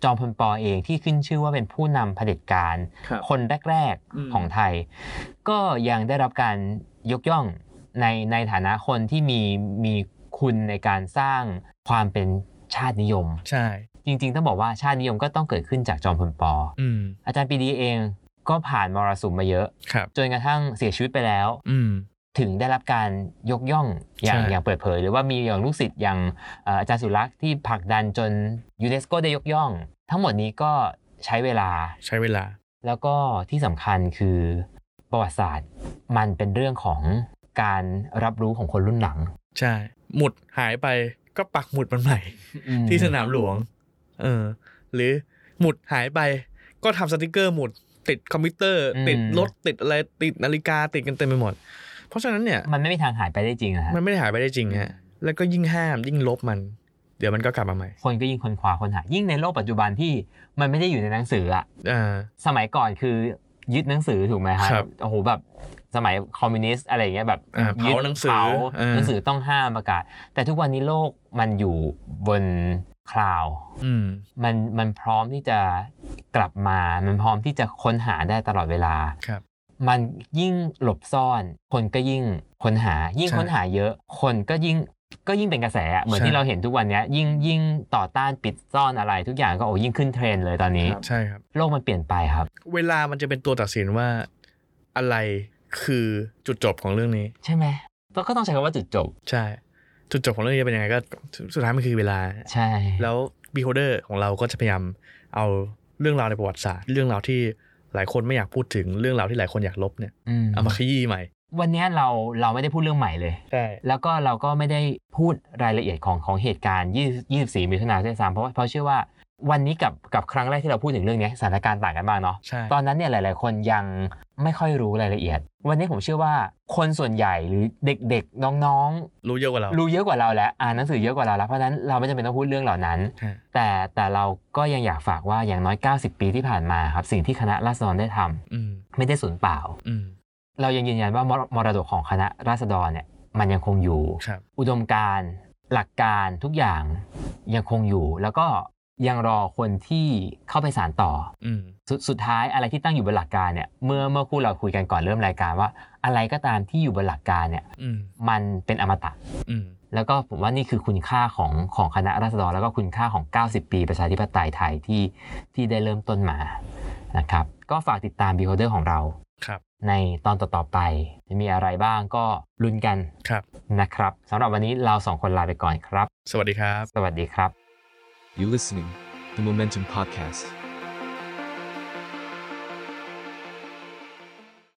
[SPEAKER 3] จอมพลปอเองที่ขึ้นชื่อว่าเป็นผู้นำเผด็จการ
[SPEAKER 2] ครับ
[SPEAKER 3] คนแรก
[SPEAKER 2] อืม
[SPEAKER 3] ๆของไทย ก็ยังได้รับการยกย่องในในฐานะคนที่มีมีคุณในการสร้างความเป็นชาตินิยม
[SPEAKER 2] ใช่
[SPEAKER 3] จริงๆ ต้องบอกว่าชาตินิยมก็ต้องเกิดขึ้นจากจอมพลปอ
[SPEAKER 2] อืม
[SPEAKER 3] อาจารย์ปรีดีเองก็ผ่านมรสุมมาเยอะ
[SPEAKER 2] ครับ
[SPEAKER 3] จนกระทั่งเสียชีวิตไปแล้ว
[SPEAKER 2] อืม
[SPEAKER 3] ถึงได้รับการยกย่องอย่าง
[SPEAKER 2] ใช่
[SPEAKER 3] อย่างเปิดเผย หรือว่ามีอย่างลูกศิษย์อย่างเอ่ออาจารย์สุรักษ์ที่ผลักดันจนยูเนสโกได้ยกย่อง ทั้งหมดนี้ก็ใช้เวลา
[SPEAKER 2] ใช้เวลา
[SPEAKER 3] แล้วก็ที่สำคัญคือประวัติศาสตร์มันเป็นเรื่องของการรับรู้ของคนรุ่นหลัง
[SPEAKER 2] ใช่ หมุดหายไปก็ปักหมุดมันใหม่ ที่สนามหลวง เออ หรือหมุดหายไป ก็ทำสติกเกอร์หมุดติดคอมพิวเตอร์ ติดรถติดอะไรติดนาฬิกาติดกันเต็มไปหมด เพราะฉะนั้นเนี่ย
[SPEAKER 3] มันไม่มีทางหายไปได้จริงนะฮะ
[SPEAKER 2] มันไม่ได้หายไปได้จริงฮะ แล้วก็ยิ่งห้ามยิ่งลบมัน เดี๋ยวมันก็กลับมาใหม่
[SPEAKER 3] คนก็ยิ่งคนขวาคนหา ยิ่งในโลกปัจจุบันที่มันไม่ได้อยู่ในหนังสืออะ
[SPEAKER 2] อ่า
[SPEAKER 3] สมัยก่อนคือยึดหนังสือถูกไหมฮะ
[SPEAKER 2] ครับ
[SPEAKER 3] โอ้โหแบบสมัยคอมมิวนิสต์อะไรอย่างเงี้ยแบบ
[SPEAKER 2] อ่าเผายึ
[SPEAKER 3] ด
[SPEAKER 2] หนังสือ
[SPEAKER 3] เผา
[SPEAKER 2] อ่า
[SPEAKER 3] หนังสือต้องห้ามประกาศ แต่ทุกวันนี้โลกมันอยู่บนคลาวด์
[SPEAKER 2] อืม
[SPEAKER 3] มันมันพร้อมที่จะกลับมา มันพร้อมที่จะค้นหาได้ตลอดเวลา
[SPEAKER 2] ครับ
[SPEAKER 3] มันยิ่งหลบซ่อน คนก็ยิ่งค้นหา ยิ่ง
[SPEAKER 2] ใช่
[SPEAKER 3] ค้นหาเยอะ คนก็ยิ่งก็ยิ่งเป็นกระแสอะเหมือน
[SPEAKER 2] ใช่
[SPEAKER 3] ที่เราเห็นทุกวันเนี้ยยิ่งยิ่งต่อต้านปิดซ่อนอะไร ทุกอย่างก็โอ้ยิ่งขึ้นเทรนด์เลยตอนนี้
[SPEAKER 2] ใช่ครับ
[SPEAKER 3] โลกมันเปลี่ยนไปครับ
[SPEAKER 2] เวลามันจะเป็นตัวตัดสินว่า อะไรคือจุดจบของเรื่องนี้
[SPEAKER 3] ใช่ไหมต้องก็ต้องใช้คำว่าจุดจบ
[SPEAKER 2] ใช่ จุดจบของเรื่องนี้จะเป็นยังไงก็สุดสุดท้ายมันคือเวลา
[SPEAKER 3] ใช่
[SPEAKER 2] แล้ว beholder ของเราก็จะพยายามเอาเรื่องราวในประวัติศาสตร์ เรื่องราวที่หลายคนไม่อยากพูดถึงเรื่องราวที่หลายคนอยากลบเนี่ย
[SPEAKER 3] อืม
[SPEAKER 2] เอามาขยี้ใหม่
[SPEAKER 3] วันเนี้ยเราเราไม่ได้พูดเรื่องใหม่เลย
[SPEAKER 2] ใช่
[SPEAKER 3] แล้วก็เราก็ไม่ได้พูดรายละเอียดของของเหตุการณ์ 20 24มิถุนายนด้วยซ้ำเพราะว่าเพราะเชื่อว่าวันนี้กับกับครั้งแรกที่เราพูดถึงเรื่องเนี้ยสถานการณ์ต่างกันมากเนาะ
[SPEAKER 2] ใช่
[SPEAKER 3] ตอนนั้นเนี่ยหลาย ๆ คนยังไม่ค่อยรู้รายละเอียด วันนี้ผมเชื่อว่าคนส่วนใหญ่หรือเด็กๆน้อง
[SPEAKER 2] รู้เยอะกว่าเรา
[SPEAKER 3] ๆ รู้เยอะกว่าเราแล้วอ่านหนังสือเยอะกว่าเราแล้วเพราะฉะนั้นเราไม่จำเป็นต้องพูดเรื่องเหล่านั้น
[SPEAKER 2] ฮะ
[SPEAKER 3] แต่แต่เราก็ยังอยากฝากว่าอย่างน้อย 90 ปีที่ผ่านมาครับสิ่งที่คณะราษฎรได้ทำ
[SPEAKER 2] อืม
[SPEAKER 3] ไม่ได้สูญเปล่า
[SPEAKER 2] อืม
[SPEAKER 3] เรายังยืนยันว่ามรมรดกของคณะราษฎรเนี่ยมันยังคงอยู่
[SPEAKER 2] ครับ
[SPEAKER 3] อุดมการณ์ หลักการทุกอย่างยังคงอยู่ แล้วก็ยังรอคนที่เข้าไปสารต่อ
[SPEAKER 2] อืม
[SPEAKER 3] สดสุดท้ายอะไรที่ตั้งอยู่บนหลักการเนี่ยเมื่อเมื่อครู่เราคุยกันก่อนเริ่มรายการว่า อะไรก็ตามที่อยู่บนหลักการเนี่ย
[SPEAKER 2] อืม
[SPEAKER 3] มันเป็นอมตะ
[SPEAKER 2] อืม
[SPEAKER 3] แล้วก็ผมว่านี่คือคุณค่าของของคณะราษฎรแล้วก็คุณค่าของ 90 ปีประชาธิปไตยไทยที่ที่ได้เริ่มต้นมานะครับก็ฝากติดตาม Beholder ของเรา
[SPEAKER 2] ครับ
[SPEAKER 3] ในตอนต่อ ๆ ไปจะมีอะไรบ้างก็ลุ้นกัน
[SPEAKER 2] ครับ
[SPEAKER 3] นะครับสำหรับวันนี้เราสองคนลาไปก่อนครับ
[SPEAKER 2] สวัสดีครับ
[SPEAKER 3] สวัสดีครับ
[SPEAKER 1] You listening, the Momentum Podcast.